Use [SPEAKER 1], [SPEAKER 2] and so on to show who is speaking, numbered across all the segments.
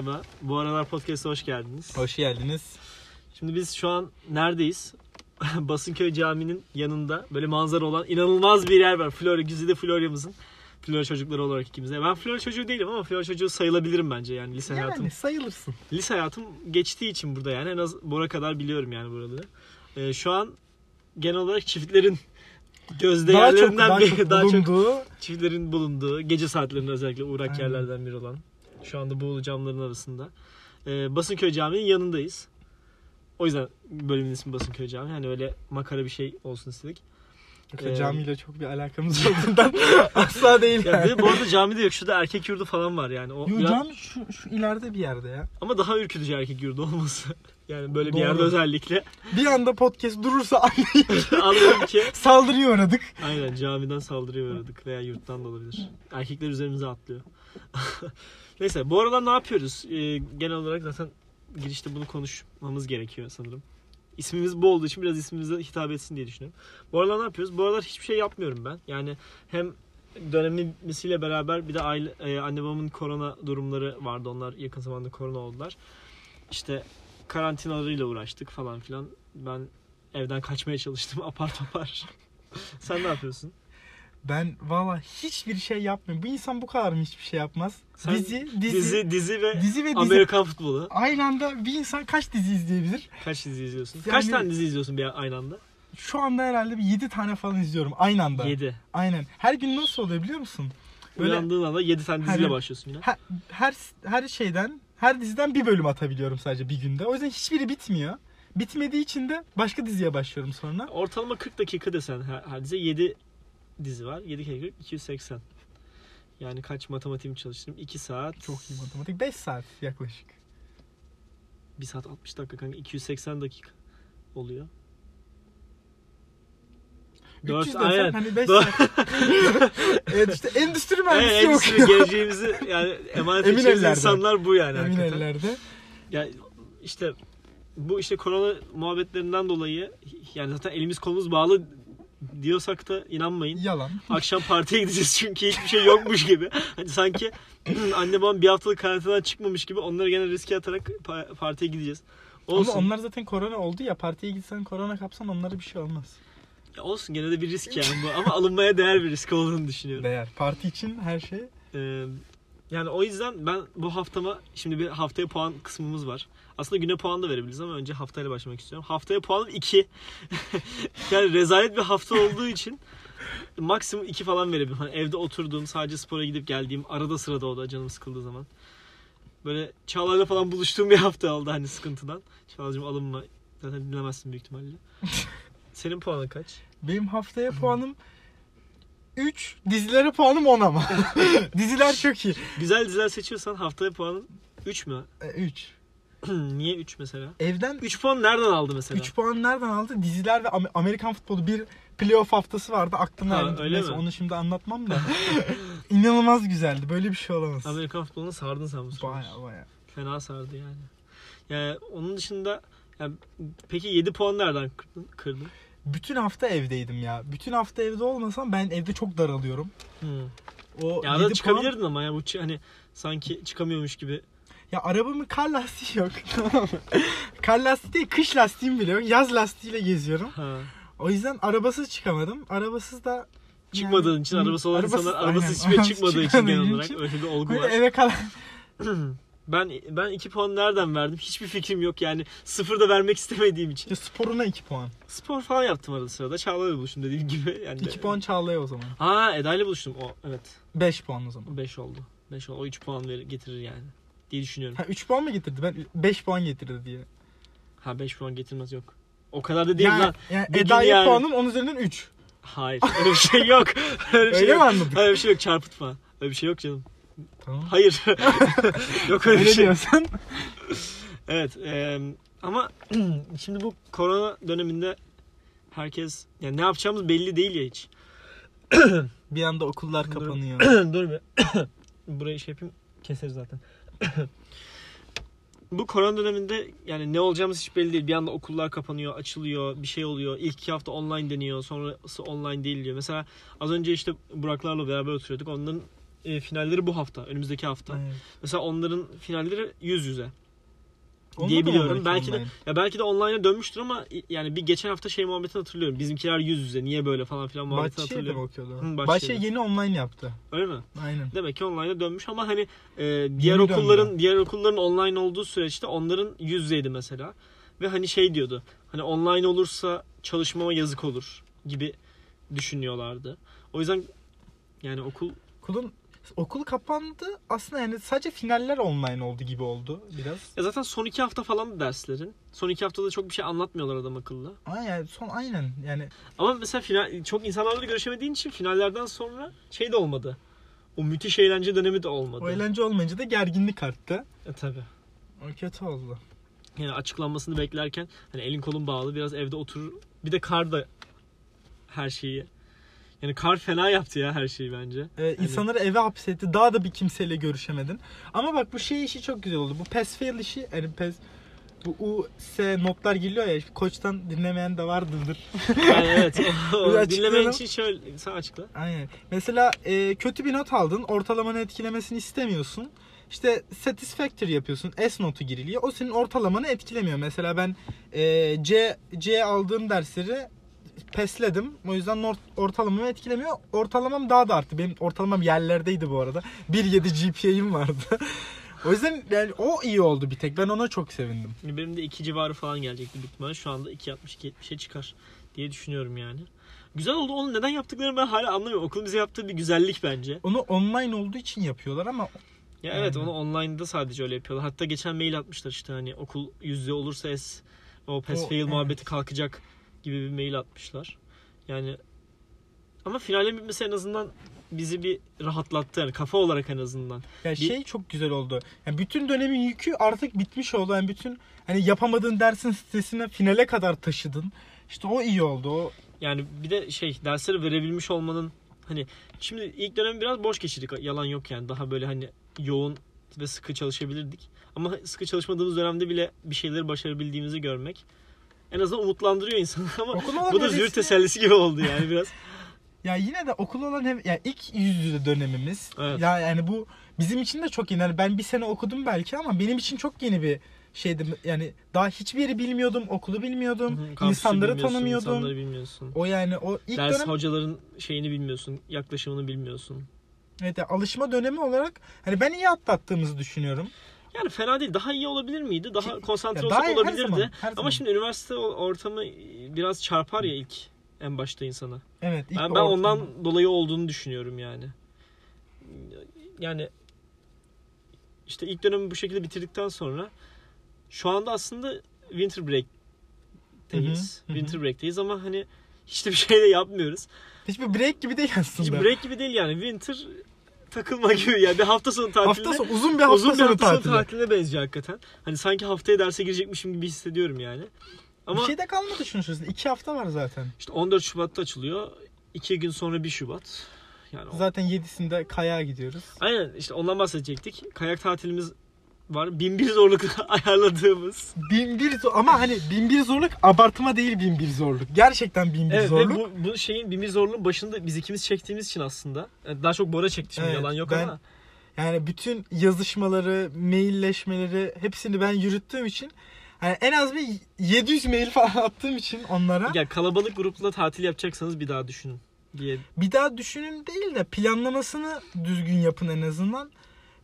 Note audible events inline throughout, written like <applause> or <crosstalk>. [SPEAKER 1] Buna. Bu aralar podcast'a hoş geldiniz.
[SPEAKER 2] Hoş geldiniz.
[SPEAKER 1] Şimdi biz şu an neredeyiz? <laughs> Basınköy Camii'nin yanında böyle manzara olan inanılmaz bir yer var. Florya, güzide Florya'mızın. Florya çocukları olarak ikimiz de. Ben Florya çocuğu değilim ama Florya çocuğu sayılabilirim bence yani lise hayatım.
[SPEAKER 2] Yani sayılırsın.
[SPEAKER 1] Lise hayatım geçtiği için burada yani en az Bora kadar biliyorum yani buraları. Ee, şu an genel olarak çiftlerin <laughs> gözde
[SPEAKER 2] Daha çok,
[SPEAKER 1] yerlerinden
[SPEAKER 2] daha
[SPEAKER 1] biri.
[SPEAKER 2] çok
[SPEAKER 1] daha çok Ee,
[SPEAKER 2] bulunduğu
[SPEAKER 1] çiftlerin bulunduğu, gece saatlerinde özellikle uğrak
[SPEAKER 2] Aynen.
[SPEAKER 1] yerlerden biri olan, şu anda Buğulu camların arasında. Ee, Basınköy Camii'nin yanındayız. O yüzden bölümün ismi Basınköy Camii. Hani öyle makara bir şey olsun istedik.
[SPEAKER 2] Yoksa
[SPEAKER 1] Ee,
[SPEAKER 2] camiyle çok bir
[SPEAKER 1] <laughs>
[SPEAKER 2] alakamız olduğundan asla değil
[SPEAKER 1] Ya bir
[SPEAKER 2] yani.
[SPEAKER 1] de bu arada camide yok. Şurada erkek yurdu falan var yani. O
[SPEAKER 2] Yo,
[SPEAKER 1] biraz-
[SPEAKER 2] cami şu, şu ileride bir yerde ya.
[SPEAKER 1] Ama daha ürkütücü erkek yurdu olması. <laughs> Yani böyle bir
[SPEAKER 2] Doğru.
[SPEAKER 1] yerde özellikle. <laughs>
[SPEAKER 2] Bir anda podcast durursa <laughs> ay-
[SPEAKER 1] Anlıyorum ki.
[SPEAKER 2] saldırıya uğradık.
[SPEAKER 1] Aynen camiden saldırıya uğradık veya yurttan da olabilir. Erkekler üzerimize atlıyor. <laughs> Neyse bu aralar ne yapıyoruz? Ee, genel olarak zaten girişte bunu konuşmamız gerekiyor sanırım. İsmimiz bu olduğu için biraz ismimize hitap etsin diye düşünüyorum. Bu aralar ne yapıyoruz? Bu aralar hiçbir şey yapmıyorum ben. Yani hem dönemimizle beraber bir de aile, e, anne babamın korona durumları vardı. Onlar yakın zamanda korona oldular. İşte karantinalarıyla uğraştık falan filan. Ben evden kaçmaya çalıştım <laughs> apar topar. Sen ne yapıyorsun?
[SPEAKER 2] Ben valla hiçbir şey yapmıyorum. Bu insan bu kadar mı hiçbir şey yapmaz?
[SPEAKER 1] Sen
[SPEAKER 2] dizi, dizi,
[SPEAKER 1] Dizi,
[SPEAKER 2] dizi,
[SPEAKER 1] dizi, ve
[SPEAKER 2] ve dizi.
[SPEAKER 1] Amerikan futbolu.
[SPEAKER 2] Aynı anda bir insan kaç dizi izleyebilir?
[SPEAKER 1] Kaç dizi izliyorsun?
[SPEAKER 2] Yani-
[SPEAKER 1] Kaç tane dizi izliyorsun bir aynı anda?
[SPEAKER 2] Şu anda herhalde bir 7 tane falan izliyorum aynı anda.
[SPEAKER 1] 7.
[SPEAKER 2] Aynen. Her gün nasıl oluyor biliyor musun? Böyle
[SPEAKER 1] Uyandığın anda 7 tane diziyle
[SPEAKER 2] Hani-
[SPEAKER 1] başlıyorsun yine.
[SPEAKER 2] her, her her şeyden her diziden bir bölüm atabiliyorum sadece bir günde. O yüzden hiçbiri bitmiyor. Bitmediği için de başka diziye başlıyorum sonra.
[SPEAKER 1] Ortalama 40 dakika desen her, her dizi 7 dizi var. 7 kere 40 280. Yani kaç matematiğimi çalıştım? 2 saat.
[SPEAKER 2] Çok iyi matematik. 5 saat yaklaşık.
[SPEAKER 1] 1 saat 60 dakika kanka. 280 dakika oluyor.
[SPEAKER 2] 300
[SPEAKER 1] Dört-
[SPEAKER 2] desen
[SPEAKER 1] aynen.
[SPEAKER 2] hani 5
[SPEAKER 1] Dört-
[SPEAKER 2] saat.
[SPEAKER 1] <laughs>
[SPEAKER 2] evet işte endüstri mühendisi
[SPEAKER 1] Evet,
[SPEAKER 2] yok.
[SPEAKER 1] endüstri Ee, geleceğimizi yani emanet
[SPEAKER 2] şey <laughs> Emin
[SPEAKER 1] edeceğimiz
[SPEAKER 2] ellerde.
[SPEAKER 1] insanlar bu yani.
[SPEAKER 2] Emin
[SPEAKER 1] hakikaten.
[SPEAKER 2] ellerde.
[SPEAKER 1] Ya işte bu işte korona muhabbetlerinden dolayı yani zaten elimiz kolumuz bağlı diyorsak da
[SPEAKER 2] <laughs>
[SPEAKER 1] inanmayın.
[SPEAKER 2] Yalan.
[SPEAKER 1] Akşam partiye gideceğiz çünkü hiçbir şey yokmuş gibi. Hani sanki <clears throat> anne babam bir haftalık karantinadan çıkmamış gibi onları gene riske atarak pa- partiye gideceğiz. Olsun.
[SPEAKER 2] Ama onlar zaten korona oldu ya partiye gitsen korona kapsan onlara bir şey olmaz.
[SPEAKER 1] Ya olsun gene de bir risk yani bu ama alınmaya değer bir risk olduğunu düşünüyorum.
[SPEAKER 2] Değer. Parti için her şey.
[SPEAKER 1] Ee, yani o yüzden ben bu haftama şimdi bir haftaya puan kısmımız var. Aslında güne puan da verebiliriz ama önce haftayla başlamak istiyorum. Haftaya puanım 2. <laughs> yani rezalet bir hafta olduğu için maksimum 2 falan verebilirim. Hani evde oturduğum, sadece spora gidip geldiğim, arada sırada o da canım sıkıldığı zaman. Böyle Çağla'yla falan buluştuğum bir hafta oldu hani sıkıntıdan. Çağla'cığım alınma. Zaten dinlemezsin büyük ihtimalle. Senin puanın kaç?
[SPEAKER 2] Benim haftaya puanım 3. Dizilere puanım
[SPEAKER 1] <laughs>
[SPEAKER 2] 10 ama. Diziler çok iyi.
[SPEAKER 1] Güzel diziler seçiyorsan haftaya puanın 3 mü? <clears throat>
[SPEAKER 2] 3.
[SPEAKER 1] Niye 3 mesela?
[SPEAKER 2] Evden
[SPEAKER 1] 3 puan nereden aldı mesela?
[SPEAKER 2] 3 puan nereden aldı? Diziler ve Am- Amerikan futbolu bir playoff haftası vardı. Aklına
[SPEAKER 1] Ha,
[SPEAKER 2] geldi.
[SPEAKER 1] öyle
[SPEAKER 2] Neyse
[SPEAKER 1] mi?
[SPEAKER 2] onu şimdi anlatmam da. <laughs> İnanılmaz güzeldi. Böyle bir şey olamaz.
[SPEAKER 1] Amerikan futboluna sardın sen bu sıralar.
[SPEAKER 2] Baya baya.
[SPEAKER 1] Fena sardı yani. Yani onun dışında yani peki 7 puan nereden kırdın? kırdın?
[SPEAKER 2] Bütün hafta evdeydim ya. Bütün hafta evde olmasam ben evde çok daralıyorum.
[SPEAKER 1] Hmm.
[SPEAKER 2] O
[SPEAKER 1] Ya
[SPEAKER 2] yedi
[SPEAKER 1] arada
[SPEAKER 2] puan-
[SPEAKER 1] çıkabilirdin ama ya bu çı- hani sanki çıkamıyormuş gibi.
[SPEAKER 2] Ya arabamın kar lastiği yok. <laughs> Tamam mı? kar lastiği değil, kış lastiğim bile yok. Yaz lastiğiyle geziyorum.
[SPEAKER 1] Ha.
[SPEAKER 2] O yüzden arabasız çıkamadım. Arabasız da
[SPEAKER 1] Çıkmadığın için
[SPEAKER 2] Yani-
[SPEAKER 1] arabası olan
[SPEAKER 2] Arabasız-
[SPEAKER 1] insanlar arabası
[SPEAKER 2] aynen,
[SPEAKER 1] hiçbir
[SPEAKER 2] arabası
[SPEAKER 1] çıkmadığı için
[SPEAKER 2] çıkmadığı
[SPEAKER 1] genel olarak
[SPEAKER 2] için.
[SPEAKER 1] öyle bir olgu
[SPEAKER 2] böyle
[SPEAKER 1] var.
[SPEAKER 2] eve kalan
[SPEAKER 1] Ben ben 2 puan nereden verdim? Hiçbir fikrim yok yani. Sıfır da vermek istemediğim için.
[SPEAKER 2] İşte sporuna 2 puan.
[SPEAKER 1] Spor falan yaptım arada sırada. Çağla'yla buluştum dediğim gibi. Yani
[SPEAKER 2] 2 puan Çağla'ya o zaman.
[SPEAKER 1] Ha Eda'yla buluştum. O evet.
[SPEAKER 2] 5 puan o zaman.
[SPEAKER 1] 5 oldu. 5 oldu. O 3 puan verir, getirir yani diye düşünüyorum.
[SPEAKER 2] Ha 3 puan mı getirdi? Ben 5 puan getirdi diye.
[SPEAKER 1] Ha 5 puan getirmez yok. O kadar da değil
[SPEAKER 2] yani,
[SPEAKER 1] lan.
[SPEAKER 2] yani
[SPEAKER 1] Bir
[SPEAKER 2] Eda'ya
[SPEAKER 1] gün yani.
[SPEAKER 2] puanım 10 üzerinden 3.
[SPEAKER 1] Hayır. Öyle bir şey
[SPEAKER 2] <laughs>
[SPEAKER 1] yok. Öyle bir şey
[SPEAKER 2] Öyle mi
[SPEAKER 1] yok. <laughs>
[SPEAKER 2] anladık?
[SPEAKER 1] Öyle bir şey yok çarpıtma. Öyle bir şey yok canım.
[SPEAKER 2] Tamam. <laughs>
[SPEAKER 1] Hayır. yok öyle bir
[SPEAKER 2] Öyle
[SPEAKER 1] şey. <laughs>
[SPEAKER 2] diyorsan.
[SPEAKER 1] Evet. e, ama <clears throat> şimdi bu korona döneminde herkes yani ne yapacağımız belli değil ya hiç.
[SPEAKER 2] Bir anda okullar
[SPEAKER 1] Dur. <laughs>
[SPEAKER 2] kapanıyor.
[SPEAKER 1] <coughs> Dur bir. Burayı şey yapayım. Keseriz zaten. <coughs> bu korona döneminde yani ne olacağımız hiç belli değil. Bir anda okullar kapanıyor, açılıyor, bir şey oluyor. İlk iki hafta online deniyor, sonrası online değil diyor. Mesela az önce işte Buraklarla beraber oturuyorduk. Onların e, finalleri bu hafta. Önümüzdeki hafta.
[SPEAKER 2] Evet.
[SPEAKER 1] Mesela onların finalleri yüz yüze.
[SPEAKER 2] Onda
[SPEAKER 1] diye
[SPEAKER 2] da
[SPEAKER 1] biliyorum.
[SPEAKER 2] olabilir
[SPEAKER 1] Belki de
[SPEAKER 2] online.
[SPEAKER 1] ya belki de online'a dönmüştür ama i- yani bir geçen hafta şey muhabbetini hatırlıyorum. Bizimkiler yüz yüze niye böyle falan filan muhabbetini
[SPEAKER 2] Bahçe'ye de
[SPEAKER 1] hatırlıyorum.
[SPEAKER 2] bakıyordu.
[SPEAKER 1] Hı, Bahçe'ye
[SPEAKER 2] Bahçe
[SPEAKER 1] de.
[SPEAKER 2] yeni online yaptı.
[SPEAKER 1] Öyle mi?
[SPEAKER 2] Aynen.
[SPEAKER 1] Demek ki online'a dönmüş ama hani e, diğer
[SPEAKER 2] döndü.
[SPEAKER 1] okulların diğer okulların online olduğu süreçte onların yüz yüzeydi mesela. Ve hani şey diyordu. Hani online olursa çalışmama yazık olur gibi düşünüyorlardı. O yüzden yani okul
[SPEAKER 2] Okulun okul kapandı. Aslında yani sadece finaller online oldu gibi oldu biraz.
[SPEAKER 1] ya zaten son iki hafta falan derslerin. Son iki haftada çok bir şey anlatmıyorlar adam akıllı.
[SPEAKER 2] Ama yani son aynen yani
[SPEAKER 1] Ama mesela final, çok insanlarla görüşemediğin için finallerden sonra şey de olmadı. O müthiş eğlence dönemi de olmadı.
[SPEAKER 2] o eğlence olmayınca da gerginlik arttı.
[SPEAKER 1] E, tabii.
[SPEAKER 2] O kötü oldu.
[SPEAKER 1] Yani açıklanmasını beklerken hani elin kolun bağlı biraz evde oturur. Bir de kar da her şeyi. Yani kar fena yaptı ya her şeyi bence.
[SPEAKER 2] Ee, insanları eve hapsetti. Daha da bir kimseyle görüşemedin. Ama bak bu şey işi çok güzel oldu. Bu pass fail işi yani pass bu US notlar geliyor ya koçtan dinlemeyen de vardırdır.
[SPEAKER 1] Yani evet. o- o-
[SPEAKER 2] Biraz
[SPEAKER 1] Dinlemeyen
[SPEAKER 2] açıklayalım.
[SPEAKER 1] için şöyle sen açıkla.
[SPEAKER 2] Aynen. Mesela e, kötü bir not aldın. Ortalamanı etkilemesini istemiyorsun. İşte satisfactory yapıyorsun. S notu giriliyor. O senin ortalamanı etkilemiyor. Mesela ben e, C C aldığım dersleri pesledim. O yüzden not, ortalamamı etkilemiyor. Ortalamam daha da arttı. Benim ortalamam yerlerdeydi bu arada. <laughs> 1.7 GPA'im vardı. <laughs> o yüzden yani o iyi oldu bir tek. Ben ona çok sevindim.
[SPEAKER 1] Yani Hani Benim de iki civarı falan gelecekti büyük ihtimalle. Şu anda 2.62-70'e çıkar diye düşünüyorum yani. Güzel oldu. Onu neden yaptıklarını ben hala anlamıyorum. Okulun bize yaptığı bir güzellik bence.
[SPEAKER 2] Onu online olduğu için yapıyorlar ama
[SPEAKER 1] Ya evet
[SPEAKER 2] Aynen.
[SPEAKER 1] onu online'da sadece öyle yapıyorlar. Hatta geçen mail atmışlar işte hani okul yüzde olursa S o pass
[SPEAKER 2] O,
[SPEAKER 1] fail
[SPEAKER 2] evet.
[SPEAKER 1] muhabbeti kalkacak gibi bir mail atmışlar. Yani ama finalin bitmesi en azından bizi bir rahatlattı yani kafa olarak en azından.
[SPEAKER 2] Ya
[SPEAKER 1] Bir-
[SPEAKER 2] şey çok güzel oldu. Yani bütün dönemin yükü artık bitmiş oldu. Yani bütün hani yapamadığın dersin stresine finale kadar taşıdın. İşte o iyi oldu. O
[SPEAKER 1] Yani bir de şey dersleri verebilmiş olmanın hani şimdi ilk dönem biraz boş geçirdik yalan yok yani daha böyle hani yoğun ve sıkı çalışabilirdik. Ama sıkı çalışmadığımız dönemde bile bir şeyleri başarabildiğimizi görmek en azından umutlandırıyor insanı <laughs> ama
[SPEAKER 2] okul olan
[SPEAKER 1] Bu da
[SPEAKER 2] hevesini-
[SPEAKER 1] züğürt tesellisi gibi oldu yani biraz.
[SPEAKER 2] Ya yine de okul olan hem ya ilk yüz yüze dönemimiz.
[SPEAKER 1] Evet.
[SPEAKER 2] Ya yani bu bizim için de çok yeni. Yani ben bir sene okudum belki ama benim için çok yeni bir şeydi. Yani daha hiçbir yeri bilmiyordum, okulu bilmiyordum,
[SPEAKER 1] Kampüsü
[SPEAKER 2] insanları
[SPEAKER 1] bilmiyorsun,
[SPEAKER 2] tanımıyordum.
[SPEAKER 1] İnsanları bilmiyorsun.
[SPEAKER 2] O yani o ilk
[SPEAKER 1] Ders
[SPEAKER 2] dönem
[SPEAKER 1] hocaların şeyini bilmiyorsun, yaklaşımını bilmiyorsun.
[SPEAKER 2] evet, ya alışma dönemi olarak hani ben iyi atlattığımızı düşünüyorum.
[SPEAKER 1] Yani fena değil. Daha iyi olabilir miydi? Daha
[SPEAKER 2] Ki-
[SPEAKER 1] konsantre
[SPEAKER 2] Ya
[SPEAKER 1] olsak
[SPEAKER 2] daha iyi her
[SPEAKER 1] olabilirdi.
[SPEAKER 2] zaman, her zaman.
[SPEAKER 1] Ama şimdi üniversite o- ortamı e, biraz çarpar ya ilk en başta insana.
[SPEAKER 2] Evet, ilk
[SPEAKER 1] Ben, ben
[SPEAKER 2] ortam.
[SPEAKER 1] ondan dolayı olduğunu düşünüyorum yani. Yani işte ilk dönemi bu şekilde bitirdikten sonra şu anda aslında winter break'teyiz.
[SPEAKER 2] Hı hı, hı hı.
[SPEAKER 1] Winter break'teyiz ama hani hiç de bir <laughs> şey de yapmıyoruz.
[SPEAKER 2] hiçbir break gibi değil aslında.
[SPEAKER 1] Hiç break gibi değil yani. Winter takılma gibi yani bir hafta sonu tatiline.
[SPEAKER 2] Hafta sonu uzun bir hafta
[SPEAKER 1] uzun bir
[SPEAKER 2] sonu
[SPEAKER 1] hafta sonu
[SPEAKER 2] tatili.
[SPEAKER 1] tatiline benziyor hakikaten. Hani sanki haftaya derse girecekmişim gibi hissediyorum yani. Ama
[SPEAKER 2] Bir şey de kalmadı şunu söyleyeyim. İki hafta var zaten.
[SPEAKER 1] işte 14 Şubat'ta açılıyor. İki gün sonra 1 Şubat. Yani o-
[SPEAKER 2] Zaten yedisinde kayağa gidiyoruz.
[SPEAKER 1] Aynen işte ondan bahsedecektik. Kayak tatilimiz var. Bin bir zorlukla <laughs> ayarladığımız.
[SPEAKER 2] Bin bir zor- ama hani bin bir zorluk abartma değil bin bir zorluk. Gerçekten bin bir
[SPEAKER 1] Evet ve
[SPEAKER 2] zorluk.
[SPEAKER 1] bu, bu şeyin bin bir zorluğun başında biz ikimiz çektiğimiz için aslında. Yani Daha çok Bora çekti şimdi
[SPEAKER 2] Evet,
[SPEAKER 1] yalan yok
[SPEAKER 2] ben-
[SPEAKER 1] ama.
[SPEAKER 2] Yani bütün yazışmaları, mailleşmeleri hepsini ben yürüttüğüm için hani en az bir 700 mail falan attığım için onlara.
[SPEAKER 1] Ya kalabalık grupla tatil yapacaksanız bir daha düşünün diye.
[SPEAKER 2] Bir daha düşünün değil de planlamasını düzgün yapın en azından.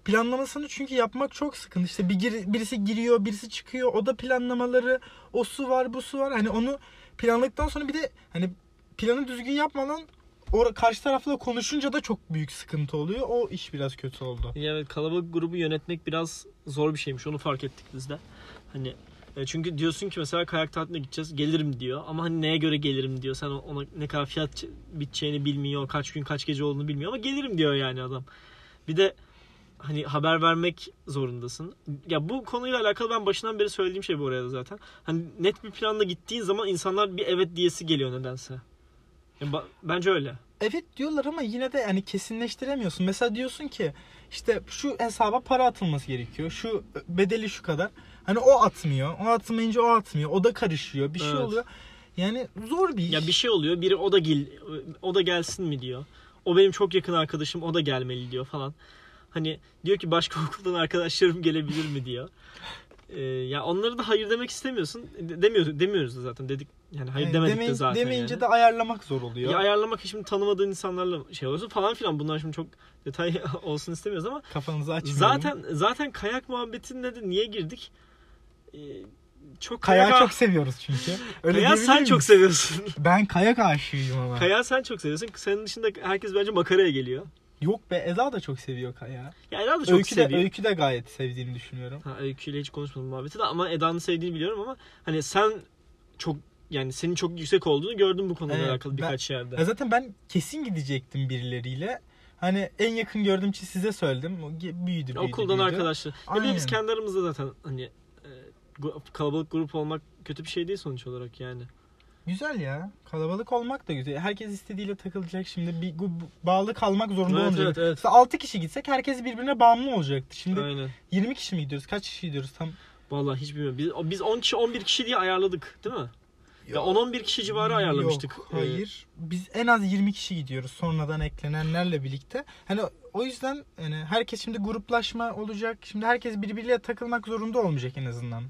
[SPEAKER 2] Planlamasını çünkü yapmak çok sıkıntı. İşte bir gir- birisi giriyor, birisi çıkıyor. O da planlamaları, o su var, bu su var. Hani onu planladıktan sonra bir de hani planı düzgün yapmadan or- karşı tarafla konuşunca da çok büyük sıkıntı oluyor. O iş biraz kötü oldu.
[SPEAKER 1] Ya Evet kalabalık grubu yönetmek biraz zor bir şeymiş onu fark ettik biz de. Hani e, çünkü diyorsun ki mesela kayak tatiline gideceğiz gelirim diyor ama hani neye göre gelirim diyor. Sen ona ne kadar fiyat biteceğini bilmiyor, kaç gün kaç gece olduğunu bilmiyor ama gelirim diyor yani adam. Bir de hani haber vermek zorundasın. Ya bu konuyla alakalı ben başından beri söylediğim şey bu arada zaten. Hani net bir planla gittiğin zaman insanlar bir evet diyesi geliyor nedense. Ya ba- bence öyle.
[SPEAKER 2] Evet diyorlar ama yine de yani kesinleştiremiyorsun. Mesela diyorsun ki işte şu hesaba para atılması gerekiyor. Şu bedeli şu kadar. Hani o atmıyor. O atmayınca o atmıyor. O da karışıyor. Bir şey
[SPEAKER 1] Evet.
[SPEAKER 2] oluyor. Yani zor bir iş.
[SPEAKER 1] şey Ya bir şey oluyor. Biri o da gel o da gelsin mi diyor. o benim çok yakın arkadaşım o da gelmeli diyor falan. Hani diyor ki başka <laughs> okuldan arkadaşlarım gelebilir mi diyor. Ee, ya onları da hayır demek istemiyorsun. De- demiyor, demiyoruz da zaten dedik. Yani hayır
[SPEAKER 2] Yani
[SPEAKER 1] demedik de
[SPEAKER 2] demeyin-
[SPEAKER 1] zaten.
[SPEAKER 2] Hani Demeyince
[SPEAKER 1] yani.
[SPEAKER 2] de ayarlamak zor oluyor.
[SPEAKER 1] Ya ayarlamak şimdi tanımadığın insanlarla şey olursun falan filan. Bunlar şimdi çok detay <laughs> olsun istemiyoruz ama
[SPEAKER 2] Kafanızı açmayın.
[SPEAKER 1] zaten zaten kayak muhabbetinde de niye girdik? Ee, çok kayak,
[SPEAKER 2] kayağı çok seviyoruz çünkü. Öyle
[SPEAKER 1] kayağı
[SPEAKER 2] diyebilir
[SPEAKER 1] sen
[SPEAKER 2] miyiz?
[SPEAKER 1] çok seviyorsun.
[SPEAKER 2] Ben kayak aşığıyım ama.
[SPEAKER 1] kayağı sen çok seviyorsun. Senin dışında herkes bence makaraya geliyor.
[SPEAKER 2] Yok be Eda da çok seviyor kayağı.
[SPEAKER 1] Ya Eda da çok
[SPEAKER 2] öykü, de,
[SPEAKER 1] seviyor.
[SPEAKER 2] öykü de gayet sevdiğini düşünüyorum.
[SPEAKER 1] Ha, öyküyle hiç konuşmadım muhabbeti de ama Eda'nın sevdiğini biliyorum ama hani sen çok yani senin çok yüksek olduğunu gördüm bu konuyla
[SPEAKER 2] Evet,
[SPEAKER 1] alakalı
[SPEAKER 2] ben-
[SPEAKER 1] birkaç yerde.
[SPEAKER 2] Ya zaten ben kesin gidecektim birileriyle. Hani en yakın gördüğüm için size söyledim. O ge- Büyüdü büyüdü
[SPEAKER 1] Okuldan
[SPEAKER 2] büyüdü.
[SPEAKER 1] arkadaşlar. Ya bir de biz
[SPEAKER 2] Aynen.
[SPEAKER 1] kendi aramızda zaten hani e, gu- kalabalık grup olmak kötü bir şey değil sonuç olarak yani.
[SPEAKER 2] Güzel ya. Kalabalık olmak da güzel. Herkes istediğiyle takılacak şimdi. Bir gu- bağlı kalmak zorunda
[SPEAKER 1] Evet,
[SPEAKER 2] olmayacak.
[SPEAKER 1] evet, evet.
[SPEAKER 2] Mesela 6 kişi gitsek herkes birbirine bağımlı olacaktı. Şimdi
[SPEAKER 1] Aynen.
[SPEAKER 2] 20 kişi mi gidiyoruz? Kaç kişi gidiyoruz tam?
[SPEAKER 1] Vallahi hiç bilmiyorum. Biz, biz 10 kişi 11 kişi diye ayarladık değil mi? Ya 10-11 kişi civarı ayarlamıştık.
[SPEAKER 2] Yok,
[SPEAKER 1] Ee,
[SPEAKER 2] hayır. Biz en az 20 kişi gidiyoruz sonradan eklenenlerle birlikte. Hani o yüzden hani herkes şimdi gruplaşma olacak. Şimdi herkes birbiriyle takılmak zorunda olmayacak en azından.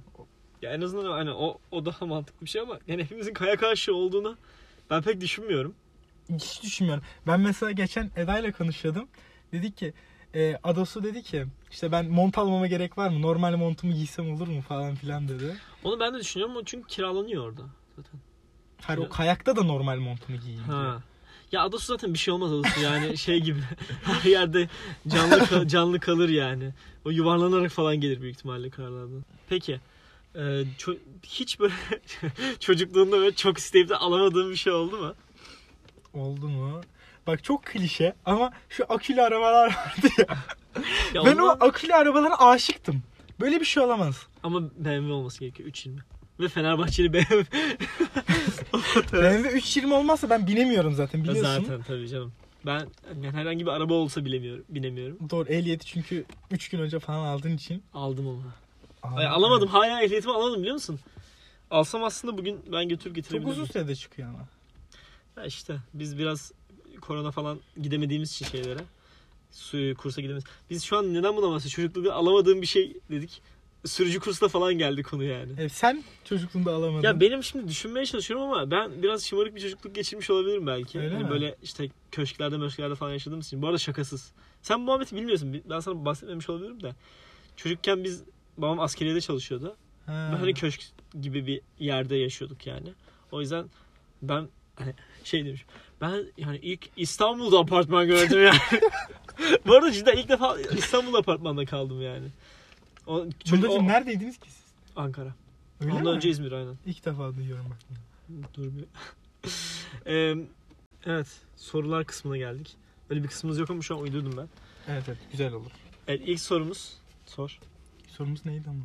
[SPEAKER 1] Ya en azından hani o, o daha <laughs> mantıklı bir şey ama yani hepimizin kaya karşı olduğunu ben pek düşünmüyorum.
[SPEAKER 2] Hiç düşünmüyorum. Ben mesela geçen Eda ile konuşuyordum. Dedik ki e, Adosu dedi ki işte ben mont almama gerek var mı? Normal montumu giysem olur mu falan filan dedi.
[SPEAKER 1] Onu ben de düşünüyorum ama çünkü kiralanıyor orada zaten.
[SPEAKER 2] Hayır o
[SPEAKER 1] Ya.
[SPEAKER 2] kayakta da normal montumu giyeyim diyor.
[SPEAKER 1] Ha. Ya adası zaten bir şey olmaz adası
[SPEAKER 2] <laughs>
[SPEAKER 1] yani şey gibi her yerde canlı ka- canlı kalır yani. O yuvarlanarak falan gelir büyük ihtimalle karlardan. Peki e, ço- hiç böyle <laughs> çocukluğunda böyle çok isteyip de alamadığın bir şey oldu mu?
[SPEAKER 2] Oldu mu? Bak çok klişe ama şu akülü arabalar vardı ya.
[SPEAKER 1] Ya
[SPEAKER 2] Ben o
[SPEAKER 1] ondan-
[SPEAKER 2] akülü arabalara aşıktım. Böyle bir şey olamaz.
[SPEAKER 1] Ama BMW olması gerekiyor 320. Ve Fenerbahçeli BMW.
[SPEAKER 2] BMW 320 olmazsa ben binemiyorum zaten biliyorsun.
[SPEAKER 1] E, Zaten tabii canım. Ben yani herhangi bir araba olsa bilemiyorum, binemiyorum.
[SPEAKER 2] Doğru ehliyeti çünkü 3 gün önce falan aldığın için.
[SPEAKER 1] Aldım onu.
[SPEAKER 2] Aa,
[SPEAKER 1] Ay, alamadım. Hala ehliyetimi alamadım biliyor musun? Alsam aslında bugün ben götürüp
[SPEAKER 2] Çok
[SPEAKER 1] getirebilirim.
[SPEAKER 2] uzun sürede çıkıyor ama.
[SPEAKER 1] Ya işte biz biraz korona falan gidemediğimiz için şeylere su kursa gidemez. Biz şu an neden buna bahsediyoruz? Çocukluğunda alamadığım bir şey dedik. Sürücü kursuna falan geldi konu yani.
[SPEAKER 2] E, sen çocukluğunda alamadın.
[SPEAKER 1] Ya benim şimdi düşünmeye çalışıyorum ama ben biraz şımarık bir çocukluk geçirmiş olabilirim belki.
[SPEAKER 2] Öyle
[SPEAKER 1] Hani
[SPEAKER 2] mi?
[SPEAKER 1] böyle işte köşklerde möşklerde falan yaşadığımız için. Bu arada şakasız. Sen bu muhabbeti bilmiyorsun. Ben sana bahsetmemiş olabilirim de. Çocukken biz babam askeriyede çalışıyordu.
[SPEAKER 2] Ha.
[SPEAKER 1] Ben hani köşk gibi bir yerde yaşıyorduk yani. O yüzden ben şey demiş. Ben yani ilk İstanbul'da apartman gördüm yani. <laughs> Bu arada cidden ilk defa İstanbul apartmanda kaldım yani. O, çocuk,
[SPEAKER 2] Bundacığım
[SPEAKER 1] o-
[SPEAKER 2] neredeydiniz ki siz?
[SPEAKER 1] Ankara.
[SPEAKER 2] Öyle
[SPEAKER 1] Ondan
[SPEAKER 2] mi?
[SPEAKER 1] önce İzmir aynen.
[SPEAKER 2] İlk defa duyuyorum bak.
[SPEAKER 1] Dur <laughs> bir. Eee, evet sorular kısmına geldik. Öyle bir kısmımız yok ama şu an uydurdum ben.
[SPEAKER 2] Evet evet güzel olur.
[SPEAKER 1] Evet ilk sorumuz sor.
[SPEAKER 2] Sorumuz neydi ama?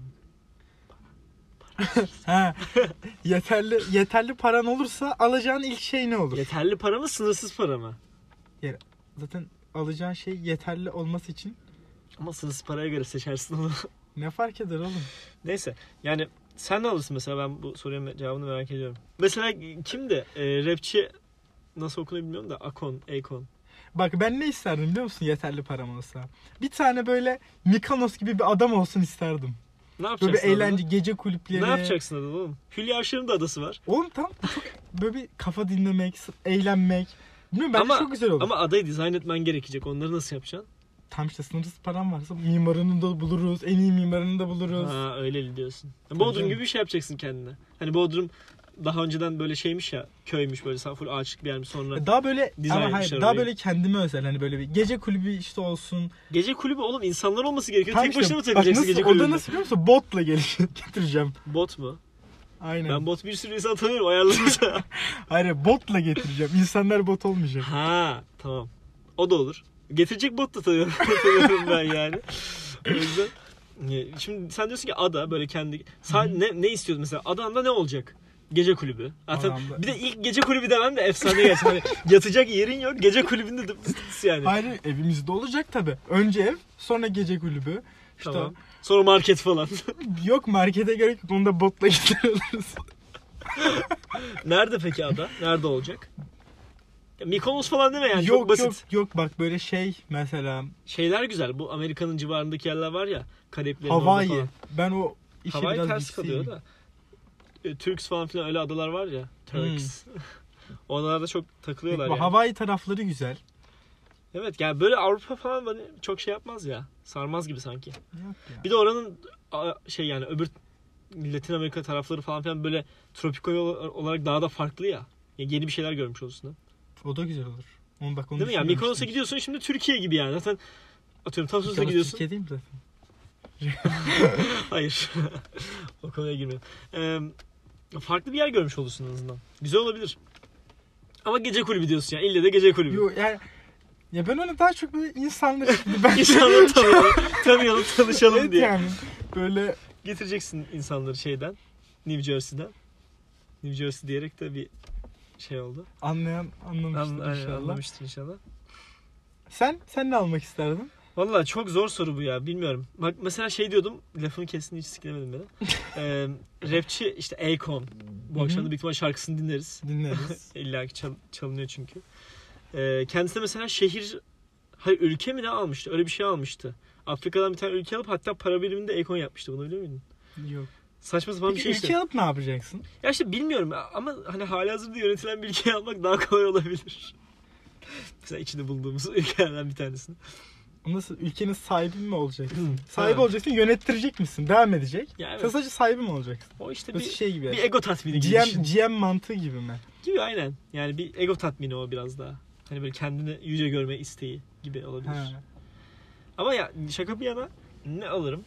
[SPEAKER 2] ha. Yeterli yeterli paran olursa alacağın ilk şey ne olur?
[SPEAKER 1] Yeterli para mı sınırsız para mı?
[SPEAKER 2] Zaten alacağın şey yeterli olması için
[SPEAKER 1] Ama sınırsız paraya göre seçersin onu. <laughs>
[SPEAKER 2] ne fark eder oğlum?
[SPEAKER 1] Neyse yani sen ne alırsın mesela ben bu soruya me- cevabını merak ediyorum. Mesela kimdi? E, rapçi nasıl okunuyor bilmiyorum da Akon, Akon.
[SPEAKER 2] Bak ben ne isterdim biliyor musun yeterli param olsa? Bir tane böyle Mikanos gibi bir adam olsun isterdim.
[SPEAKER 1] Ne
[SPEAKER 2] Böyle bir
[SPEAKER 1] yapacaksın? adada?
[SPEAKER 2] eğlence gece
[SPEAKER 1] Ne
[SPEAKER 2] kulüpleri.
[SPEAKER 1] yapacaksın adada oğlum? Hülya Avşar'ın da adası var.
[SPEAKER 2] Oğlum tam çok böyle bir kafa dinlemek, s- eğlenmek. Bilmiyorum bence
[SPEAKER 1] Ama-
[SPEAKER 2] çok güzel olur.
[SPEAKER 1] Ama adayı dizayn etmen gerekecek. Onları nasıl yapacaksın?
[SPEAKER 2] Tam işte sınırsız param varsa mimarını da buluruz. En iyi mimarını da buluruz.
[SPEAKER 1] Ha öyle diyorsun.
[SPEAKER 2] Tabii
[SPEAKER 1] Bodrum
[SPEAKER 2] canım.
[SPEAKER 1] gibi bir şey yapacaksın kendine. Hani Bodrum daha önceden böyle şeymiş ya köymüş böyle sa- full ağaçlık bir yermiş sonra.
[SPEAKER 2] Daha böyle
[SPEAKER 1] Dizayn
[SPEAKER 2] ama hayır,
[SPEAKER 1] etmişler
[SPEAKER 2] daha
[SPEAKER 1] orayı.
[SPEAKER 2] böyle kendime özel hani böyle bir gece kulübü işte olsun.
[SPEAKER 1] Gece kulübü oğlum insanlar olması gerekiyor.
[SPEAKER 2] Tam
[SPEAKER 1] Tek
[SPEAKER 2] işte-
[SPEAKER 1] başına mı
[SPEAKER 2] bak
[SPEAKER 1] takılacaksın
[SPEAKER 2] nasıl-
[SPEAKER 1] gece
[SPEAKER 2] O da
[SPEAKER 1] kulübünde?
[SPEAKER 2] nasıl biliyor musun? Botla gelişim <laughs> getireceğim.
[SPEAKER 1] Bot mu?
[SPEAKER 2] Aynen.
[SPEAKER 1] Ben bot bir sürü insan tanıyorum
[SPEAKER 2] <laughs>
[SPEAKER 1] ayarlarımıza.
[SPEAKER 2] Hayır botla getireceğim. İnsanlar bot olmayacak.
[SPEAKER 1] Ha tamam. O da olur. Getirecek bot da tanıyorum, <laughs> tanıyorum ben yani. O yüzden e, şimdi sen diyorsun ki ada böyle kendi Sa- ne ne istiyorsun mesela adanda ne olacak? Gece kulübü. Zaten
[SPEAKER 2] Adamda-
[SPEAKER 1] bir de ilk gece kulübü demem de efsane gelsin. Hani yatacak yerin yok. Gece kulübünde dıp dıs dıs yani.
[SPEAKER 2] Hayır evimizde olacak tabi. Önce ev sonra gece kulübü. İşte
[SPEAKER 1] Tamam. Sonra market falan. <laughs>
[SPEAKER 2] yok markete gerek yok onu da botla <laughs> getiriyoruz.
[SPEAKER 1] Nerede peki ada? Nerede olacak? Ya Mykonos falan deme yani
[SPEAKER 2] yok
[SPEAKER 1] çok basit.
[SPEAKER 2] yok yok bak böyle şey mesela
[SPEAKER 1] Şeyler güzel. Bu Amerika'nın civarındaki yerler var ya. Karayiplerin orada
[SPEAKER 2] Hawaii.
[SPEAKER 1] falan.
[SPEAKER 2] Ben o işi
[SPEAKER 1] Hawaii
[SPEAKER 2] biraz
[SPEAKER 1] ters
[SPEAKER 2] gitseyim.
[SPEAKER 1] kalıyor da. E, Turks falan filan öyle adalar var ya. Turks. <laughs> Onlarda çok takılıyorlar
[SPEAKER 2] Bu
[SPEAKER 1] yani.
[SPEAKER 2] Hmm. Hawaii tarafları güzel.
[SPEAKER 1] Evet yani böyle Avrupa falan bana çok şey yapmaz ya. Sarmaz gibi sanki.
[SPEAKER 2] Yok ya.
[SPEAKER 1] Bir de oranın a, şey yani öbür Latin Amerika tarafları falan filan böyle tropikal ol- olarak daha da farklı ya. Ya yeni bir şeyler görmüş olsun. ha.
[SPEAKER 2] O da güzel olur. Onu bak onu
[SPEAKER 1] Değil mi? Yani
[SPEAKER 2] düşünmemiştim.
[SPEAKER 1] Mykonos'a gidiyorsun şimdi Türkiye gibi yani. Zaten atıyorum Tarsus'a
[SPEAKER 2] Mykonos
[SPEAKER 1] gidiyorsun.
[SPEAKER 2] Türkiye değil mi zaten?
[SPEAKER 1] Hayır. <laughs> o konuya girmeyelim. Ee, farklı bir yer görmüş olursun en azından. Güzel olabilir. Ama gece kulübü diyorsun ya. İlle de gece kulübü.
[SPEAKER 2] Yo, yani, ya ben onu daha çok böyle insanları
[SPEAKER 1] <laughs>
[SPEAKER 2] şimdi ben
[SPEAKER 1] İnşallah tanıyalım, tanıyalım tanışalım
[SPEAKER 2] Evet
[SPEAKER 1] diye.
[SPEAKER 2] yani böyle
[SPEAKER 1] Getireceksin insanları şeyden. New Jersey'den. New Jersey diyerek de bir şey oldu.
[SPEAKER 2] anlayan anlamıştır
[SPEAKER 1] Anla-
[SPEAKER 2] inşallah.
[SPEAKER 1] Anlamıştır inşallah.
[SPEAKER 2] Sen sen ne almak isterdin?
[SPEAKER 1] Valla çok zor soru bu ya bilmiyorum. Bak mesela şey diyordum lafını kesin hiç siklemedim
[SPEAKER 2] <laughs>
[SPEAKER 1] beni. ee, rapçi işte Akon. Bu
[SPEAKER 2] Hı
[SPEAKER 1] akşam da
[SPEAKER 2] hı.
[SPEAKER 1] büyük ihtimal şarkısını dinleriz. <laughs>
[SPEAKER 2] Dinleriz.
[SPEAKER 1] İlla ki çal- çalınıyor çünkü. Ee, kendisi mesela şehir, hayır ülke mi ne almıştı? Öyle bir şey almıştı. Afrika'dan bir tane ülke alıp hatta para biriminde ekon yapmıştı. Bunu biliyor muydun?
[SPEAKER 2] Yok.
[SPEAKER 1] Saçma sapan bir
[SPEAKER 2] Peki
[SPEAKER 1] şey
[SPEAKER 2] ülke
[SPEAKER 1] işte.
[SPEAKER 2] alıp ne yapacaksın?
[SPEAKER 1] Ya işte bilmiyorum ama hani hali hazırda yönetilen bir ülkeyi almak daha kolay olabilir. <laughs> mesela içinde bulduğumuz <laughs> ülkelerden bir tanesini.
[SPEAKER 2] Nasıl ülkenin sahibi mi olacaksın? Sahibi
[SPEAKER 1] Sahibi
[SPEAKER 2] olacaksın, yönettirecek misin? Devam edecek.
[SPEAKER 1] Ya evet.
[SPEAKER 2] Sen sadece sahibi mi olacaksın?
[SPEAKER 1] O işte
[SPEAKER 2] Nasıl
[SPEAKER 1] bir,
[SPEAKER 2] şey gibi.
[SPEAKER 1] bir ego tatmini gibi.
[SPEAKER 2] GM,
[SPEAKER 1] düşün.
[SPEAKER 2] GM mantığı gibi mi?
[SPEAKER 1] Gibi aynen. Yani bir ego tatmini o biraz daha. Hani böyle kendini yüce görme isteği gibi olabilir.
[SPEAKER 2] Ha.
[SPEAKER 1] Ama ya şaka bir yana ne alırım?